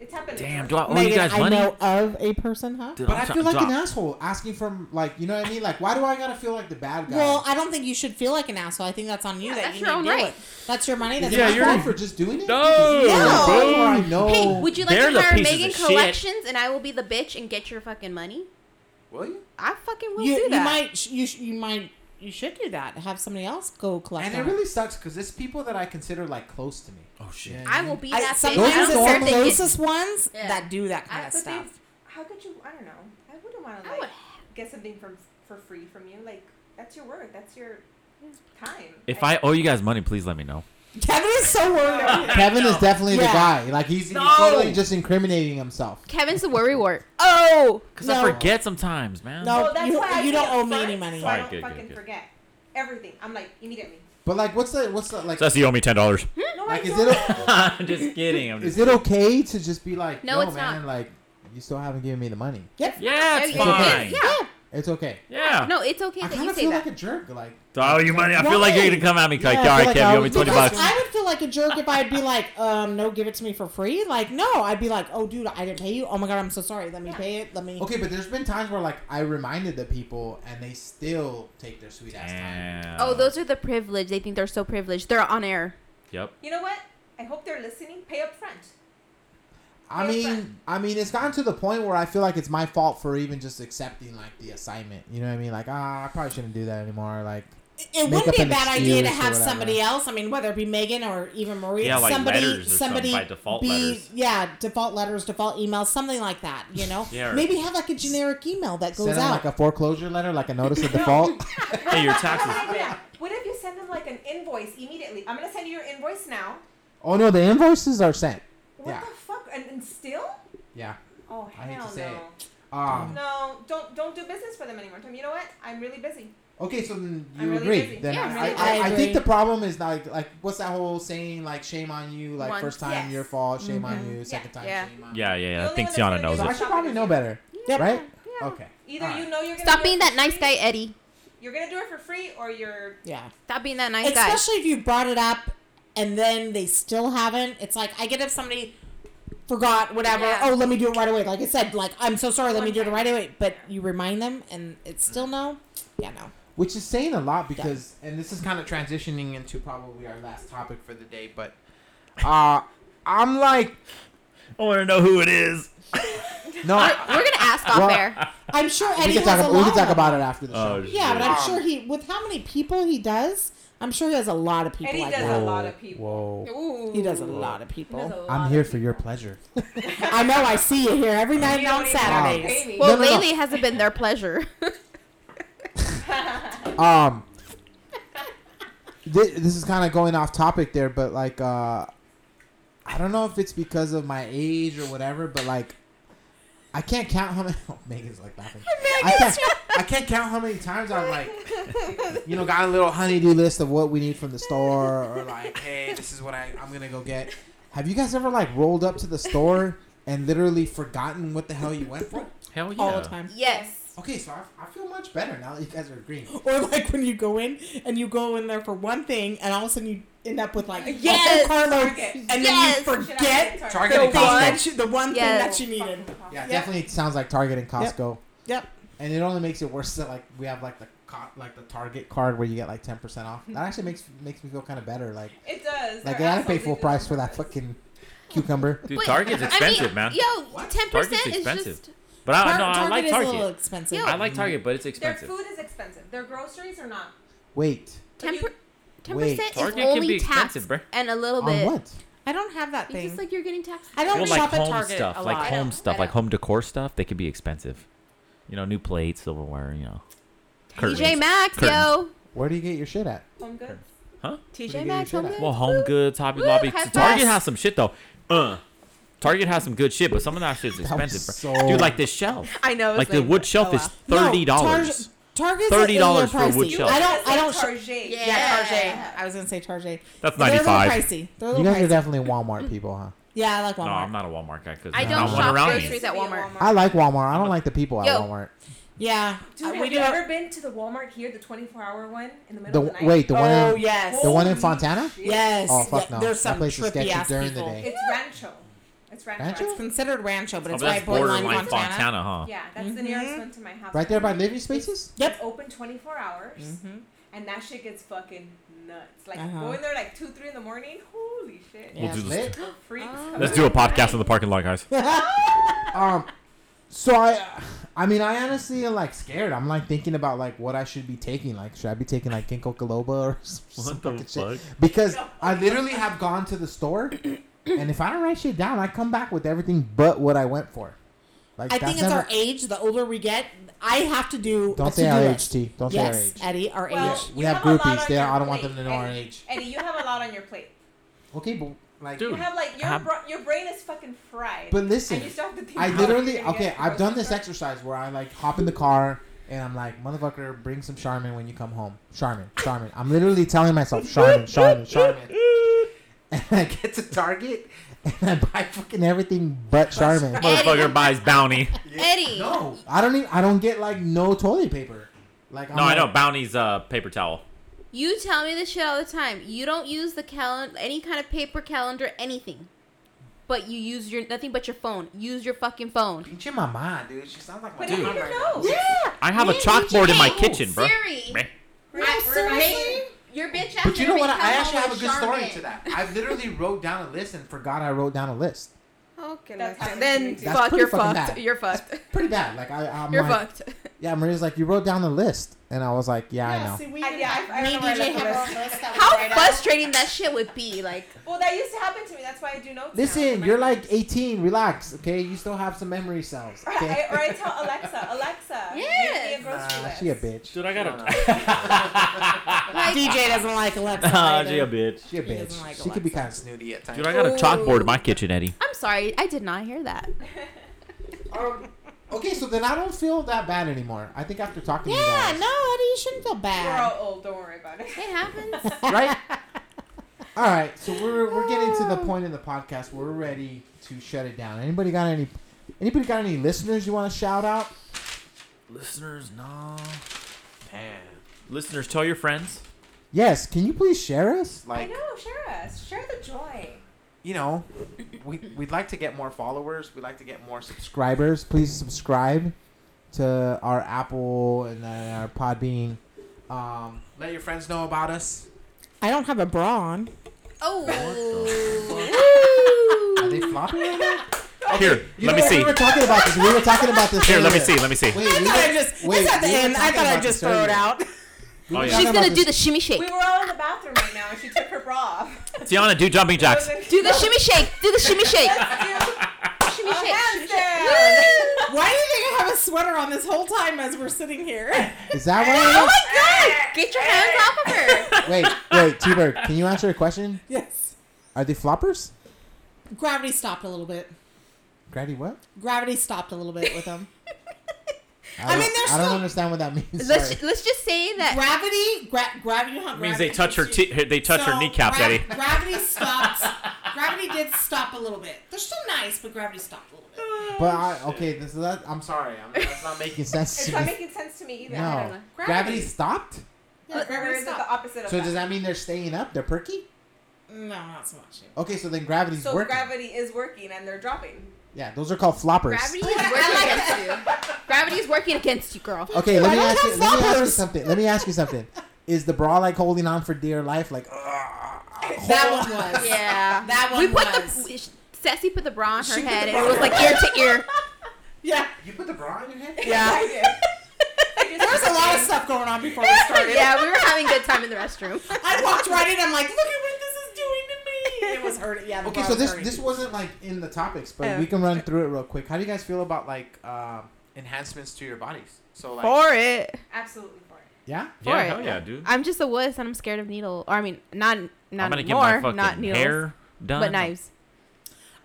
It's happened.
Damn, do I owe Oh, you
Megan,
guys
I
money?
know of a person, huh?
Dude,
But
I'm
I
try-
feel like
drop-
an asshole asking for, like, you know what I mean? Like, why do I gotta feel like the bad guy?
Well, I don't think you should feel like an asshole. I think that's on you.
Yeah,
that
that's
you
your
need
own
to deal
right.
with. That's your money. That's
Is it
Yeah,
my
your
you're-
fault for just doing it?
No,
Because
bro.
before I know.
Hey, would you like
They're
to
the
hire
pieces
Megan
of shit.
Collections and I will be the bitch and get your fucking money?
Will you?
I fucking will
you,
do
you
that.
might sh- you sh- you might you should do that. Have somebody else go collect.
And
on
it really sucks because it's people that I consider like close to me.
Oh shit.
Yeah.
I will be
I,
that bitch.
Those
I
sometimes
are
don't care
it's
if
the
they get-
closest ones
Yeah.
that do that
I,
kind of
but they-
stuff.
how could you? I don't know. I wouldn't want to
I
like
would-
get something from for free from you. Like that's your work. That's your time.
If I owe you guys money, please let me know.
Kevin is so worried.
Kevin is definitely the
Yeah.
guy. Like he's,
No.
he's totally just incriminating himself.
Kevin's the worry wart. Oh,
Because
No.
I forget sometimes, man.
No.
Well, that's
you-
why I
you
pay
don't owe
upfront,
me any money.
So I
Alright,
don't
good, good,
fucking
good.
forget everything. I'm like immediately.
But like, what's the what's the like?
Says you owe me ten dollars.
Oh
No,
Like,
I
is
don't.
it a-
I'm just kidding. I'm just
Is it okay to just be like,
No,
no,
it's
man,
not.
like you still haven't given me the money?
Yeah, it's
Oh, Yeah, yeah, yeah,
fine.
yeah.
It's okay.
Yeah.
No, it's okay
I
that
kind
you
of
say
feel
that.
like a jerk. Like,
So I owe you money. I feel like you're
Why?
gonna come at me.
Yeah,
like,
I
all
feel
right,
like
Kev,
I
you owe me
was-
twenty
Because
bucks.
I would feel like a jerk if I'd be like, um, no, give it to me for free. Like, no, I'd be like, oh, dude, I didn't pay you. Oh my god, I'm so sorry. Let me
Yeah.
pay it. Let me.
okay, but there's been times where like I reminded the people and they still take their sweet ass time.
Damn.
Oh, those are the privileged. They think they're so privileged. They're on air.
Yep.
You know what? I hope they're listening. Pay up front.
I
Yes,
mean, I mean, it's gotten to the point where I feel like it's my fault for even just accepting like the assignment. You know what I mean? Like, ah, I probably shouldn't do that anymore. Like,
it
Make
wouldn't
up
be a
an
bad idea to
excuse or
have
whatever.
somebody else. I mean, whether it be Megan or even Maria,
Yeah, like
somebody,
letters or
somebody
something, by default
be,
letters.
yeah, default letters, default emails, something like that. You know,
Yeah, or-
maybe have like a generic email that goes
send them
out.
like a foreclosure letter, like a notice of default.
Hey, your
What
taxes.
if I do that? What if you send them like an invoice immediately? I'm gonna send you your invoice now.
oh no, the invoices are sent.
What
Yeah.
the fuck? And, and still?
Yeah.
Oh
I hate to
hell
say
no.
Um.
No, don't don't do business for them anymore. Tell 'em, you know what? I'm really busy.
Okay, so then
I'm
you
really
agree.
busy.
Then
Yeah,
I,
I'm really
I, I,
busy.
think the problem is like like what's that whole saying like shame on you like
Once,
first time
yes.
your fault shame on you second time
yeah.
shame on you.
Yeah, yeah,
The
yeah. I
only
think
one that's
Tiana
gonna
knows
So
do
I
it.
should probably know better,
Yep.
right? Okay.
Either
Alright.
you know you're gonna
Stop
do
being
it
that
for
nice
free-
guy, Eddie.
You're gonna do it for free, or you're
Yeah,
Stop being that nice guy.
especially if you brought it up and then they still haven't. It's like I get if somebody forgot whatever.
Yeah.
Oh, let me do it right away. Like I said, like I'm so sorry. Let me
One
do it
time.
right away. But you remind them and it's still no. Yeah, no.
Which is saying a lot because, and this is kind of transitioning into probably our last topic for the day, but uh, I'm like,
I want to know who it is.
no,
We're gonna ask off
Well,
air.
I'm sure Eddie
we can
has
talk,
a
we
lot
can talk
of
about it after the show.
Oh, shit.
Yeah, but I'm
Um,
sure he, with how many people he does, I'm sure he has a lot of people.
And he
like
does
that.
a lot of people.
Whoa.
Ooh.
He does a lot of
He does a
people.
lot
I'm
of
here for
people.
your pleasure.
I know. I see you here every night
You
and on
don't even have to pay
Saturdays.
me.
Well,
No, no, no.
lately hasn't been their pleasure.
Um, thi- this is kind of going off topic there, but like, uh, I don't know if it's because of my age or whatever, but like, I can't count how many. Oh, Megan's like laughing. I can't, I can't count how many times I'm like, you know, got a little honeydew list of what we need from the store, or like, hey, this is what I, I'm gonna go get. Have you guys ever like rolled up to the store and literally forgotten what the hell you went for?
Hell yeah.
All the time.
yes.
Okay, so I, I feel much better now that you guys are agreeing.
Or like when you go in and you go in there for one thing, and all of a sudden you end up with like a
Yes!
whole carload,
Target.
and
Yes!
then you
Should I get
forget
Target?
the
Target
thing
and Costco.
that you, the one
Yes.
thing that you needed.
Yeah,
Yep.
definitely it sounds like Target and Costco.
Yep.
And it only makes it worse that like we have like the co- like the Target card where you get like ten percent off. That actually makes makes me feel kind of better. Like
It does.
like I
Their
gotta pay
assholes
full
do
price
on
for that
purpose.
fucking cucumber.
Dude,
But,
Target's
I mean,
expensive, man.
Yo, ten percent
Target's
is
expensive.
just.
But I,
Tar-
Uh, no, I
Target
like
is a little
Target.
expensive.
I like Target, but it's
Their
expensive.
food is expensive. Their groceries are not.
Wait,
Like,
Ten
you-
percent
Wait.
is
Target can
only
be
tax
expensive, bruh.
and a little
on
bit.
what?
I don't have that
It's
thing.
just like you're getting taxed.
I don't
Well,
shop
like
at
home
Target a
stuff,
lot.
like
I know,
home stuff,
I
like
know.
home decor stuff, they could be expensive. You know, new plates, silverware. You know,
TJ E Maxx, yo.
Where do you get your shit at?
Home goods.
Where do you
TJ
get
Maxx,
your
home
shit
goods.
Well, Home Goods, Hobby
Woo,
Lobby.
high
So Target
fives.
has some shit though. Uh, Target has some good shit, but some of that shit's
That was
expensive, bro.
so-
Dude, like this shelf,
I know. it's
like the wood shelf is
No, Tar-
thirty dollars.
Target's
$30
$30
for a wood shelf.
I don't. I don't. shop-
Target.
Yeah.
Yeah, Target. I was gonna say Target.
That's
They're a little
95.
Pricey. They're a
You
little
guys are
pricey.
definitely Walmart people, huh?
yeah, I like Walmart.
No, I'm not a Walmart guy because
I
there's
don't
not one
shop
around
groceries
me.
at Walmart.
I like Walmart. I don't like the people at
Yo.
Walmart.
Yeah,
Dude,
Uh,
have
do
you
have-
ever been to the Walmart here, the 24-hour one in the middle
The
of the night?
wait, the one
oh
in,
yes,
the one in
Holy
Fontana.
shit.
yes.
Oh, fuck no.
There's
That
some
place is
trippy
sketchy
ass
during the
people.
day.
It's Rancho. It's Rancho.
Rancho?
It's-
It's considered Rancho, but
Oh,
it's
that's
right borderline
borderline
Montana.
Fontana, huh?
Yeah, that's the nearest
Mhm.
one to my house.
Right there by living spaces.
Yep.
It's open 24 hours,
Mhm.
and that shit gets fucking nuts. Like,
Uh-huh.
go in there like 2, 3 in the morning. Holy shit.
Yeah.
We'll do
Lit.
this.
Freaks.
Oh.
come
Let's
out.
do a podcast in the parking lot, guys.
Um, so I, I mean, I honestly am like scared. I'm like thinking about like what I should be taking. Like, should I be taking like ginkgo biloba or some, some fucking shit? Because I literally have gone to the store, and if I don't write shit down, I come back with everything but what I went for. Like
I think it's
that's
our age. The older we get, I have to do. a
Don't say
to-do
our age,
list.
T. Don't
yes,
say our age.
Eddie, our
Well,
age.
We
You
have
have a lot
groupies.
on
They,
your
I don't want them to
plate,
know our
and-
age.
Eddie, you have a lot on your plate.
Okay, but like,
Dude.
You have like your
Have-
bro- your brain is fucking fried.
but listen,
and you still have to think
I
about
literally
it. You're
okay.
gonna
I've
go
done this
somewhere.
exercise where I like hop in the car and I'm like, motherfucker, bring some Charmin when you come home. Charmin, Charmin. I'm literally telling myself, Charmin, Charmin, Charmin. And I get to Target and I buy fucking everything but Charmin.
Motherfucker buys bounty.
Eddie.
No, I don't even. I don't get like no toilet paper. Like I'm
No, I
like,
know bounty's uh paper towel.
You tell me this shit all the time. You don't use the calendar, any kind of paper calendar, anything. But you use your nothing but your phone. Use your fucking phone.
Pinche mama, dude. She sounds like my
But
Dude.
how
mom
do
right
you
now.
know?
I have a
Hey,
chalkboard in my
Siri.
kitchen, bro.
Siri.
Meh.
We're-
I-
we're
we're-
amazing.
Your bitch ass.
But you know
never
what? I
come
actually
home
have a
with
good story
Charmin.
to that. I literally wrote down a list and forgot I wrote down a list.
Okay,
That's
that's
happened to me
then
too.
That's
fuck.
pretty
You're
fucking
fucked.
bad.
You're fucked.
Pretty bad. Like I, I'm
You're
like,
fucked.
yeah. Maria's like, you wrote down the list, and I was like, yeah, I know.
See, we
I-
didn't
yeah,
have-
I- I
me and
don't know where I
DJ
left
have
the
our
list.
list that we
How
write out.
frustrating that shit would be. Like,
Well, that used to happen to me. That's why I do notes. now.
Listen, you're like 18. Relax, okay? You still have some memory cells.
Or
Okay?
I, or I tell Alexa, Alexa, make
Yes.
me a grocery
Nah,
list.
she a bitch.
Dude, I
gotta-
like
DJ doesn't like Alexa.
Ah,
either.
she a bitch.
She a
He doesn't
bitch.
like
she could be
Alexa.
kind of snooty.
snooty at times.
Dude, I got a
Ooh.
chalkboard in my kitchen, Eddie.
I'm sorry, I did not hear that.
Um, okay, so then I don't feel that bad anymore. I think after talking to you
Yeah,
guys.
no, Eddie, you shouldn't feel
We're
bad.
all old. Don't worry about it.
It happens.
Right? All right, so we're, we're getting to the point in the podcast where we're ready to shut it down. Anybody got any anybody got any listeners you want to shout out?
Listeners, no.
Man.
Listeners, tell your friends.
Yes, can you please share us?
I
Like,
know. Share us. Share the joy.
you know, we, we'd like to get more followers. We'd like to get more subscribers.
subscribers, please subscribe to our Apple and uh, our Podbean. Um,
Let your friends know about us.
I don't have a bra on.
Oh.
are they flopping right now?
Here,
You know
let me
what?
see.
We were talking about this. We were talking about this.
Here, let me
earlier.
see. Let me see.
Wait,
I
we
thought
were-
I just.
wait,
it's at the
we were
end. I
talking
thought I
about this
just throw it
earlier.
out.
We were
Oh, yeah.
talking
She's
about
gonna do
this-
the shimmy shake.
We were all in the bathroom right now, and she took her bra off.
Tiana, do jumping jacks.
Do the shimmy shake. Do the shimmy shake.
A
Shimmy
Oh,
shake. shimmy shake.
handstand.
Why do you think I have a sweater on this whole time as we're sitting here?
Is that
Oh
what?
my god! Get your hands off
It is?
of her.
Wait, wait, T Bird, can you answer a question?
yes.
Are they floppers?
Gravity stopped a little bit.
Granny, what?
Gravity stopped a little bit with them.
I,
I
don't-
mean, they're
I don't
still-
understand what that means.
Let's
Sorry.
let's just say that.
Gravity, gra- gravity. You know how
Means
gravity
they touch her.
hits
T-
you?
her- they touch her
So,
kneecaps,
gra-
Eddie.
Gravity stopped. gravity did stop a little bit. They're still nice, but gravity stopped a little bit.
But I, okay, this is that. I'm sorry.
Sorry, I'm, that's not making
Making sense
It's
to
not
me.
making sense to me either.
No,
know.
gravity. gravity stopped.
Yeah,
Or
gravity
is it the
stopped.
opposite of
So
that?
does that mean they're staying up? They're perky.
No, not so much.
Okay, so then gravity's
so
working.
gravity is working, and they're dropping.
yeah, those are called floppers.
Gravity is working against you. Gravity is working against you, girl.
Okay, let
I
me
don't
ask you. Let
have
me ask you
floppers.
something. Let me ask you something. Is the bra like holding on for dear life? Like, ugh,
That one was.
Yeah.
That one
we put
was.
the Sassy put the bra on her
She put
head
the bra
and it was
on
like ear to ear.
Yeah.
you put the bra on your head.
Yeah.
I do. I just-
There was a lot of stuff going on before we started.
yeah, we were having a good time in the restroom.
I walked right in. I'm like, look at what this is doing to me. It was hurting. Yeah. the
Okay,
bra
so
was
this
hurting.
this wasn't like in the topics, but
Oh.
we can run through it real quick.
How do you guys feel about like uh,
um,
enhancements to your bodies? So like,
For it.
Absolutely for it.
Yeah.
Yeah,
Alright.
hell yeah, dude.
I'm just a wuss and I'm scared of needle. Or I mean, not
I'm
not
gonna
anymore,
get my
not
fucking
needles,
hair done.
but knives.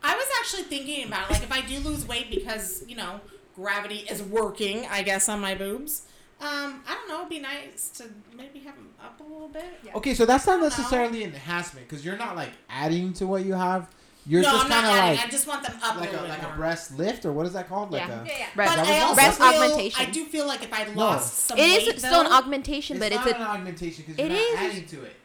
I was actually thinking about it. Like, if I do lose weight because, you know, gravity is working, I guess, on my boobs, um, I don't know. It'd be nice to maybe have them up a little bit.
Yeah.
Okay, so that's not necessarily an enhancement because you're not like adding to what you have. You're
no,
just
I'm
kind
not
of
adding. I
like
just want them
like
up
a
a little
like
bit
a
more.
breast lift or what is that called? Like
Yeah,
a
yeah.
Breast-
But
That
I
was
also
breast
feel,
augmentation.
I do feel like if I lost
No.
some
It
weight,
is still an
though-
augmentation, but it's
not an
a
augmentation because you're
It
not
is.
adding to it.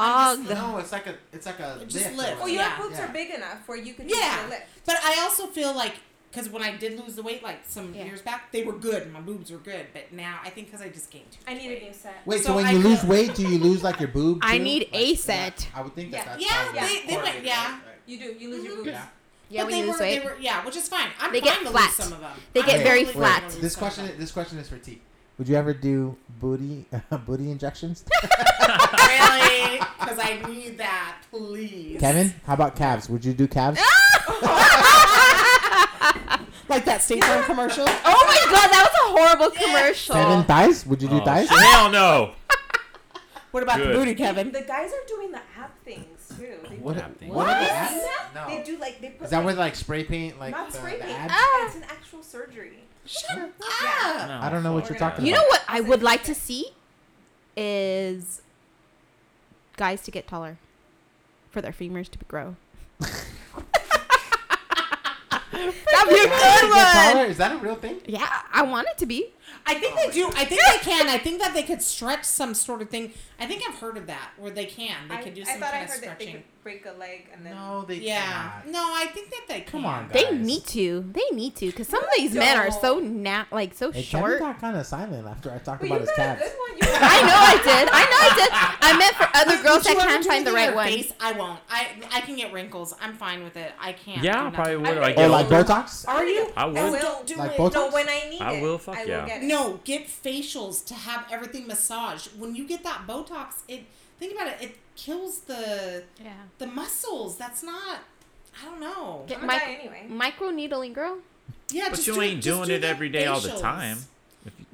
aug.
No, it's like a it's like a
Just
lift.
lift.
or
Well, your
Yeah.
boobs
Yeah.
are big enough where you can
Yeah.
use the lip.
But I also feel like because when I did lose the weight, like some
Yeah.
years back, they were good. My boobs were good, but now I think because I just gained too
I
much
need
weight.
a new set.
Wait, so,
So
when
I
you
feel-
lose weight, do you lose like your boob?
I
too?
need
Like,
a
yeah,
set.
I would think that
Yeah.
that's
Yeah,
probably
they- they went-
correlated,
yeah.
right? Right.
You do. You lose your boobs.
Mm-hmm. Yeah.
Yeah,
but
when
they
you
were,
lose
they
weight.
were, yeah, which is fine. I'm
They
fine
get
to
flat.
lose some of them.
They
I'm
get very
totally
flat.
fine to lose
This
some of
question
them.
this question is for T. Would you ever do booty booty injections?
really, because I need that, please.
Kevin, how about calves? Would you do calves?
like that that State Farm commercial?
Oh my god, that was a horrible commercial.
Seven thighs? Would you do
Oh,
thighs?
shit. Hell no.
What about
Good.
the booty, Kevin?
The guys are doing the app things too. They
What?
What?
What? are the abs?
No.
They do like they put.
Is that
like,
with like spray paint? Like
Not
the,
spray
the
paint.
abs?
Ah,
It's an actual surgery.
Ah, I don't know what you're talking
you
about.
know what I would like to see is guys to get taller for their femurs to grow. That'd be a good one.
Is that a real thing?
Yeah, I want it to be.
I think they do. I think they can. I think that they could stretch some sort of thing. I think I've heard of that where they can. They
I,
could do
I
some
thought
kind
I
of
heard that they
stretching.
could break a leg and then.
No, they
yeah.
cannot.
No, I think that they can.
Come on, guys.
They need to. They need to, because some of these men are so na- like so
Hey, Kevin
short.
got kind of silent after I talked
But you
about
got
his
a
calves.
good one. You
I know I did. I know I did. I meant for other girls that can't find the right one.
Face? I won't. I I can get wrinkles. I'm fine with it. I can't.
Yeah,
do
I
nothing.
probably would.
I
I
think
get
Or like
older.
Botox?
Are you?
I
I
would.
will do
Like
it.
Botox?
No, when I need
I
it.
will, fuck
I will
yeah.
Get it.
No, get facials to have everything massaged. When you get that Botox, it think about it. It kills the
Yeah.
the muscles. That's not. I don't know.
Get
I'm
my
gonna die anyway.
micro needling girl.
Yeah,
But
just
you
do-
ain't
just
doing
do
it
the
every day all the
facials.
time.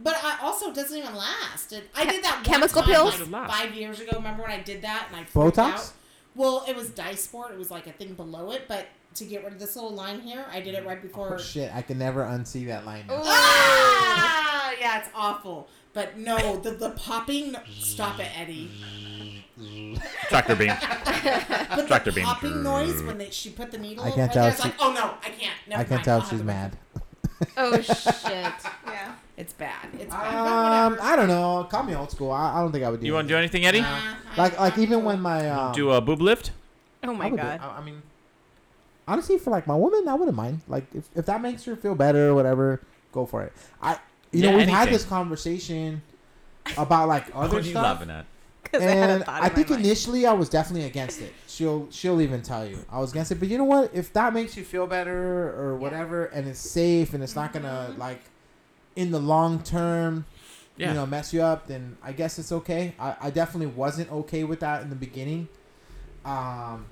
But I also it doesn't even last. It, I
Che-
did that
chemical
one time,
pills?
It'll
like
last.
five years ago. Remember when I did that and I freaked
Botox?
out? Well, it was Dysport. It was like a thing below it, but to get rid of this little line here, I did it right before.
Oh, shit, I can never unsee that line.
Oh,
now.
Ah, yeah, it's awful. But no, the the popping. no- Stop it, Eddie.
Tractor beam.
But
Tractor
the
beam.
popping noise when they, she put the needle.
I
in
can't
right
tell
there,
if
It's
she-
like, oh no, I can't. Never
I
mind,
can't tell
I'll
if
have
she's
the-
mad.
Oh shit.
Yeah.
It's bad. It's bad.
Um, I don't know. Call me old school. I, I don't think I would do.
You want to do anything, Eddie?
Um, Like, like even when my um,
Do a boob lift?
Oh
I
my
would do-
god.
I, I mean, honestly, for like my woman, I wouldn't mind. Like, if, if that makes her feel better or whatever, go for it. I, you know,
Yeah,
we've had
anything.
this conversation about like other
What are you
stuff.
laughing at?
'Cause I had a
and
thought
I,
in my
think
mind.
initially I was definitely against it. She'll she'll even tell you I was against it. But you know what? If that makes you feel better or whatever, and it's safe and it's not gonna
Mm-hmm.
like in the long term,
Yeah.
you know, mess you up, then I guess it's okay. I, I definitely wasn't okay with that in the beginning. Um,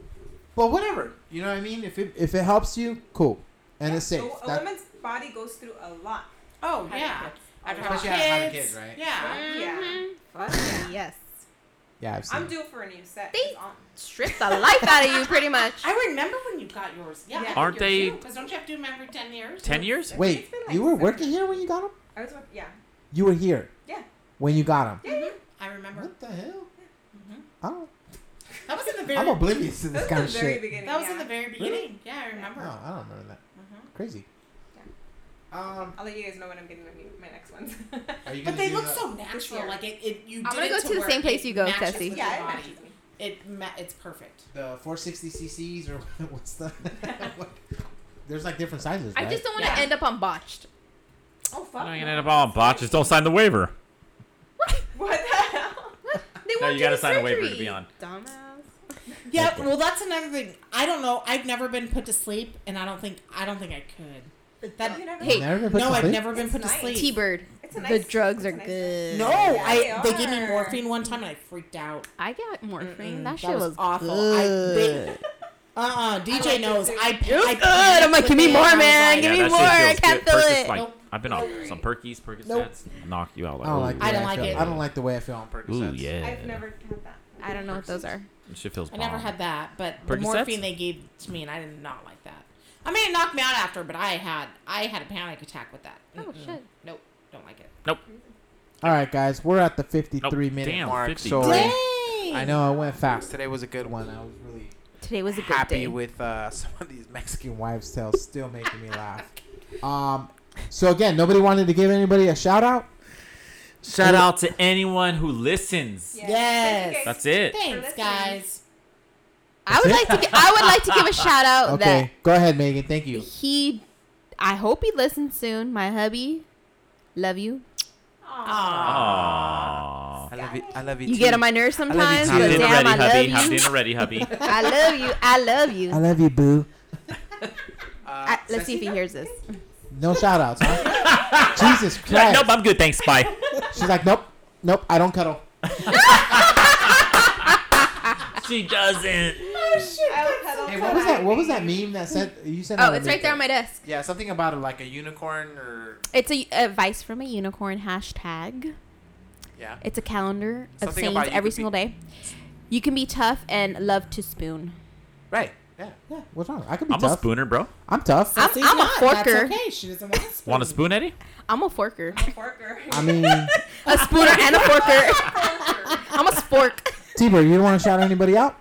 but whatever, you know what I mean. If it if it helps you, cool, and it's safe.
A, a
That-
woman's body goes through a lot.
Oh
Having
yeah.
kids.
After
Especially
having
having
kids,
kids, right?
Yeah.
Yeah.
Fuck yes.
yeah, I've seen.
I'm
it.
due for a new set.
They-
It's on.
Strip the life out of you, pretty much.
I remember when you got yours. Yeah.
Yeah.
Aren't they-
Because don't you have to do them every ten years?
Ten years?
Wait,
It's been, like,
you were
seven-
working here when you got them?
I was, yeah.
You were here
Yeah.
when you got them.
Yeah, yeah.
I remember. Mm-hmm.
What the hell? I don't.
That was in the very.
I'm oblivious to
That
this
was
kind
the
of
very
shit.
beginning.
that was
yeah.
in the very beginning. Yeah, I remember. Mm-hmm.
No, I don't remember that. Crazy. Um,
I'll let you guys know when I'm getting my, new- my next ones.
are you
But
gonna
they
do
look
the-
so
This
natural.
year.
Like it, it you.
I'm
did
gonna
it
go to the
where
same place
it
you go,
matches
Tessie.
with
yeah,
your
it
body.
matches me.
It ma- it's perfect.
the 460 CCs or what's the? what- There's like different sizes,
I
right?
just don't want to
Yeah.
end up on botched.
Oh, fuck.
I'm gonna
no.
end up all on botches. Don't sign the waiver.
What the hell?
They
No,
won't
you
do
gotta
the
sign a waiver to
surgery.
be on.
Dumbass.
Yeah.
Okay.
Well, that's another thing. I don't know. I've never been put to sleep, and I don't think I don't think I could. That
You never-
Hey,
Never been put
no,
to
I've
sleep?
never been
It's
put
nice.
to
T
sleep.
Bird.
It's a
The
nice-
drugs
it's
are
a nice-
good.
No,
Yeah,
I
they
they gave me
are.
morphine one time, and I freaked out.
I got morphine.
Mm-mm,
That shit was
awful.
Good.
I, uh uh DJ
I like it
knows.
too.
I,
It was
I
good. I'm like,
panicked
give me
with it,
more,
and I was
man.
like-
Give me
that shit
more. I
feels
can't
good.
feel
Percocets,
it.
Like,
Nope.
I've been on some Perkies, Percocets.
Nope.
Knock you out.
I
Like,
don't like.
ooh.
The
I don't
way
like
feel.
it.
I don't like the way I feel on purpose.
Ooh, yeah.
I've never had that.
I don't know what those are.
Shit feels
I
bomb.
never had that, but the
Percocets?
morphine they gave to me, and I did not like that. I mean, it knocked me out after, but I had I had a panic attack with that.
Oh,
Mm-mm.
shit.
Nope, don't like it.
All right, guys, we're at the 53
Oh,
minute
damn,
mark.
50.
So
Dang.
I know I went fast. Today was a good one. I was really
Today was a good
happy
day.
with uh, some of these Mexican.
Mexican wives' tales still making me laugh. Um, so again, nobody wanted to give anybody a shout out.
Shout out to anyone who listens.
Yeah.
Yes.
Thank you guys.
That's it.
Thanks,
listening.
guys.
I would like to. gi- I would like to give a shout out that
Okay, go ahead, Megan. Thank you.
he i hope he listens soon my hubby love you
Aw.
Aww.
I love you. I love you.
you
too.
get on my nerves
you
sometimes
too.
Have
but
dinner
damn
ready,
i
hubby.
love
Have
you
dinner ready, hubby.
i love you i love
I
you
love you, boo.
I,
Uh,
let's see if he hears this
No shout outs. Huh? Jesus
She's
Christ.
like, nope, I'm good. Thanks. Bye.
She's like, nope, nope, I don't cuddle.
she doesn't.
I will cuddle Oh,
Hey, what was that? What was that meme that said you said?
Oh,
that
it's
on
right there on
LinkedIn.
my desk.
Yeah, something about like a unicorn or
It's a advice from a unicorn hashtag.
yeah.
It's a calendar of
Something
sayings
about you
every
could be-
single day. You can be tough and love to spoon.
Right. Yeah.
Yeah, what's wrong? I could be
I'm a
tough.
spooner, bro.
I'm tough.
I'm-
Sissy's
I'm a
not. That's
forker.
okay. She doesn't want to spoon.
Want a spoon, Eddie?
I'm a forker.
Forker.
I mean,
A spooner and a forker. I'm a spork.
T-Bird, you don't want to shout anybody out?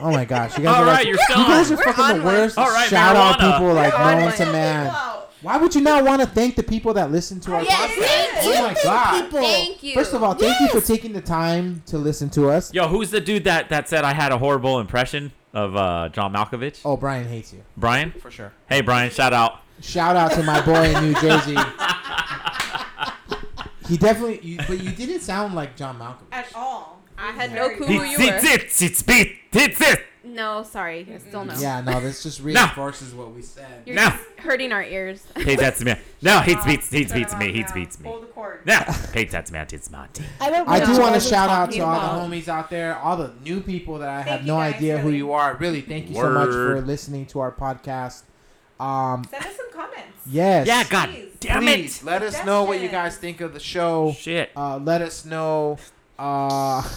Oh my gosh, you guys
All
are
right,
like,
you're still
you guys
on.
are fucking the
on one.
worst.
All right,
shout out
marijuana.
people like
Marijuana.
known to man.
Wow.
Why would you not want to thank the people that listen to our
Yes,
podcast?
thank
Oh
you,
my god!
people.
Thank you.
First of all, thank you for taking the time to listen to us.
Yo, who's the dude that that said I had a horrible impression of uh, John Malkovich?
Oh, Brian hates you.
Brian.
For sure.
Hey, Brian. Shout out.
Shout out to my boy in New Jersey. he definitely, you, but you didn't sound like John Malkovich.
At all.
I had no
Very
clue who
good.
you were.
It's it's it. It's it.
No, sorry. I still no.
Yeah, no, this just reinforces what we said.
You're
No.
just hurting our ears.
Hey, that's me. No, he
Wow.
beats he
Turn
beats
him
me.
off
He
now.
beats me.
Pull the cord.
No, hey, that's me. It's Monty.
I don't.
I
know
do
what
want to
we're
shout out
talking
to all
about.
the homies out there, all the new people that I
Thank
have
you
no
guys,
idea who
really.
you are. Really, thank you so much for
Word.
listening to our podcast. Um,
Send us some comments.
yes.
Yeah, god
Jeez.
damn
Please
it.
let us know what you guys think of the show.
Shit.
Uh, let us know uh,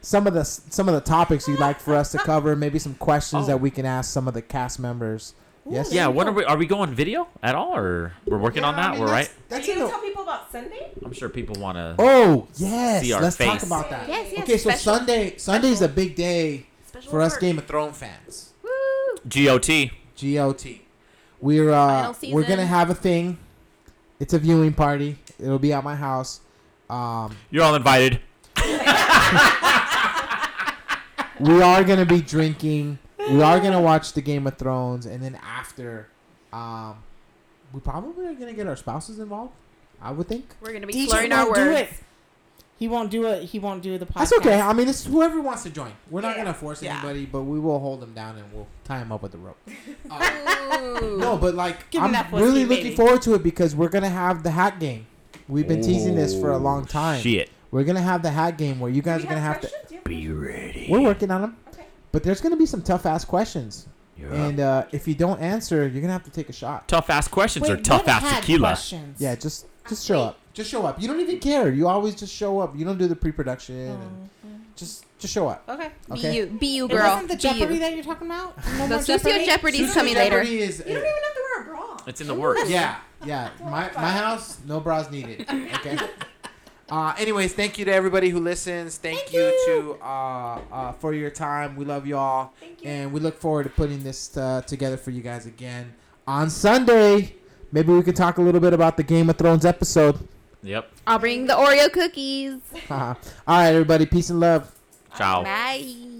some of the some of the topics you'd like for us to cover. Maybe some questions
Oh.
that we can ask some of the cast members. Yes.
Yeah, what are we? Are we going video at all, or we're working on that? we're right.
Are you
That's,
gonna
in the-
tell people about Sunday?
I'm sure people want to.
Oh yes,
See our
let's talk
face.
about that.
Yes, yes.
okay, so
special-
Sunday Sunday's a big day
special
for us
perk.
Game of Thrones fans.
Woo.
GOT.
GOT. We're uh,
Final
we're gonna
season.
have a thing. It's a viewing party. It'll be at my house. Um,
You're all invited.
we are gonna be drinking. We are gonna watch the Game of Thrones, and then after, um, we probably are gonna get our spouses involved. I would think.
We're gonna be
DJ
slurring our
won't do
words.
it. He won't do it. He won't do the podcast.
That's okay. I mean, it's whoever wants to join. We're not
Yeah.
gonna force
Yeah.
anybody, but we will hold them down and we'll tie them up with the rope. Uh,
Ooh.
No, but like
Give him
I'm
that pussy,
really looking
baby.
forward to it because we're gonna have the hat game. We've been teasing this for a long time.
Oh, Shit.
We're gonna have the hat game where you guys
Do
are
you
gonna have to.
questions? Do you have
Be ready.
We're working on them,
Okay.
but there's gonna be some tough ass questions, and uh, if you don't answer, you're gonna have to take a shot.
tough ass questions
Wait,
or tough
what
ass
had
tequila.
questions?
Yeah, just just show up. Just show up. You don't even care. You always just show up. You don't do the pre-production. And just just show up.
Okay.
Okay.
Be you, be you,
It
girl.
wasn't the
be
Jeopardy
you.
that you're talking about. No
The
more
Socio Jeopardy's coming later.
Jeopardy is-
You don't even have to wear a bra.
It's in the works.
yeah, yeah. My my house, no bras needed. Okay. Uh, anyways, thank you to everybody who listens. Thank, you, to uh, uh, for your time. We love y'all,
Thank you.
and we look forward to putting this uh, together for you guys again on Sunday. Maybe we could talk a little bit about the Game of Thrones episode.
Yep.
I'll bring the Oreo cookies.
Haha. All right, everybody, peace and love.
Ciao.
Bye.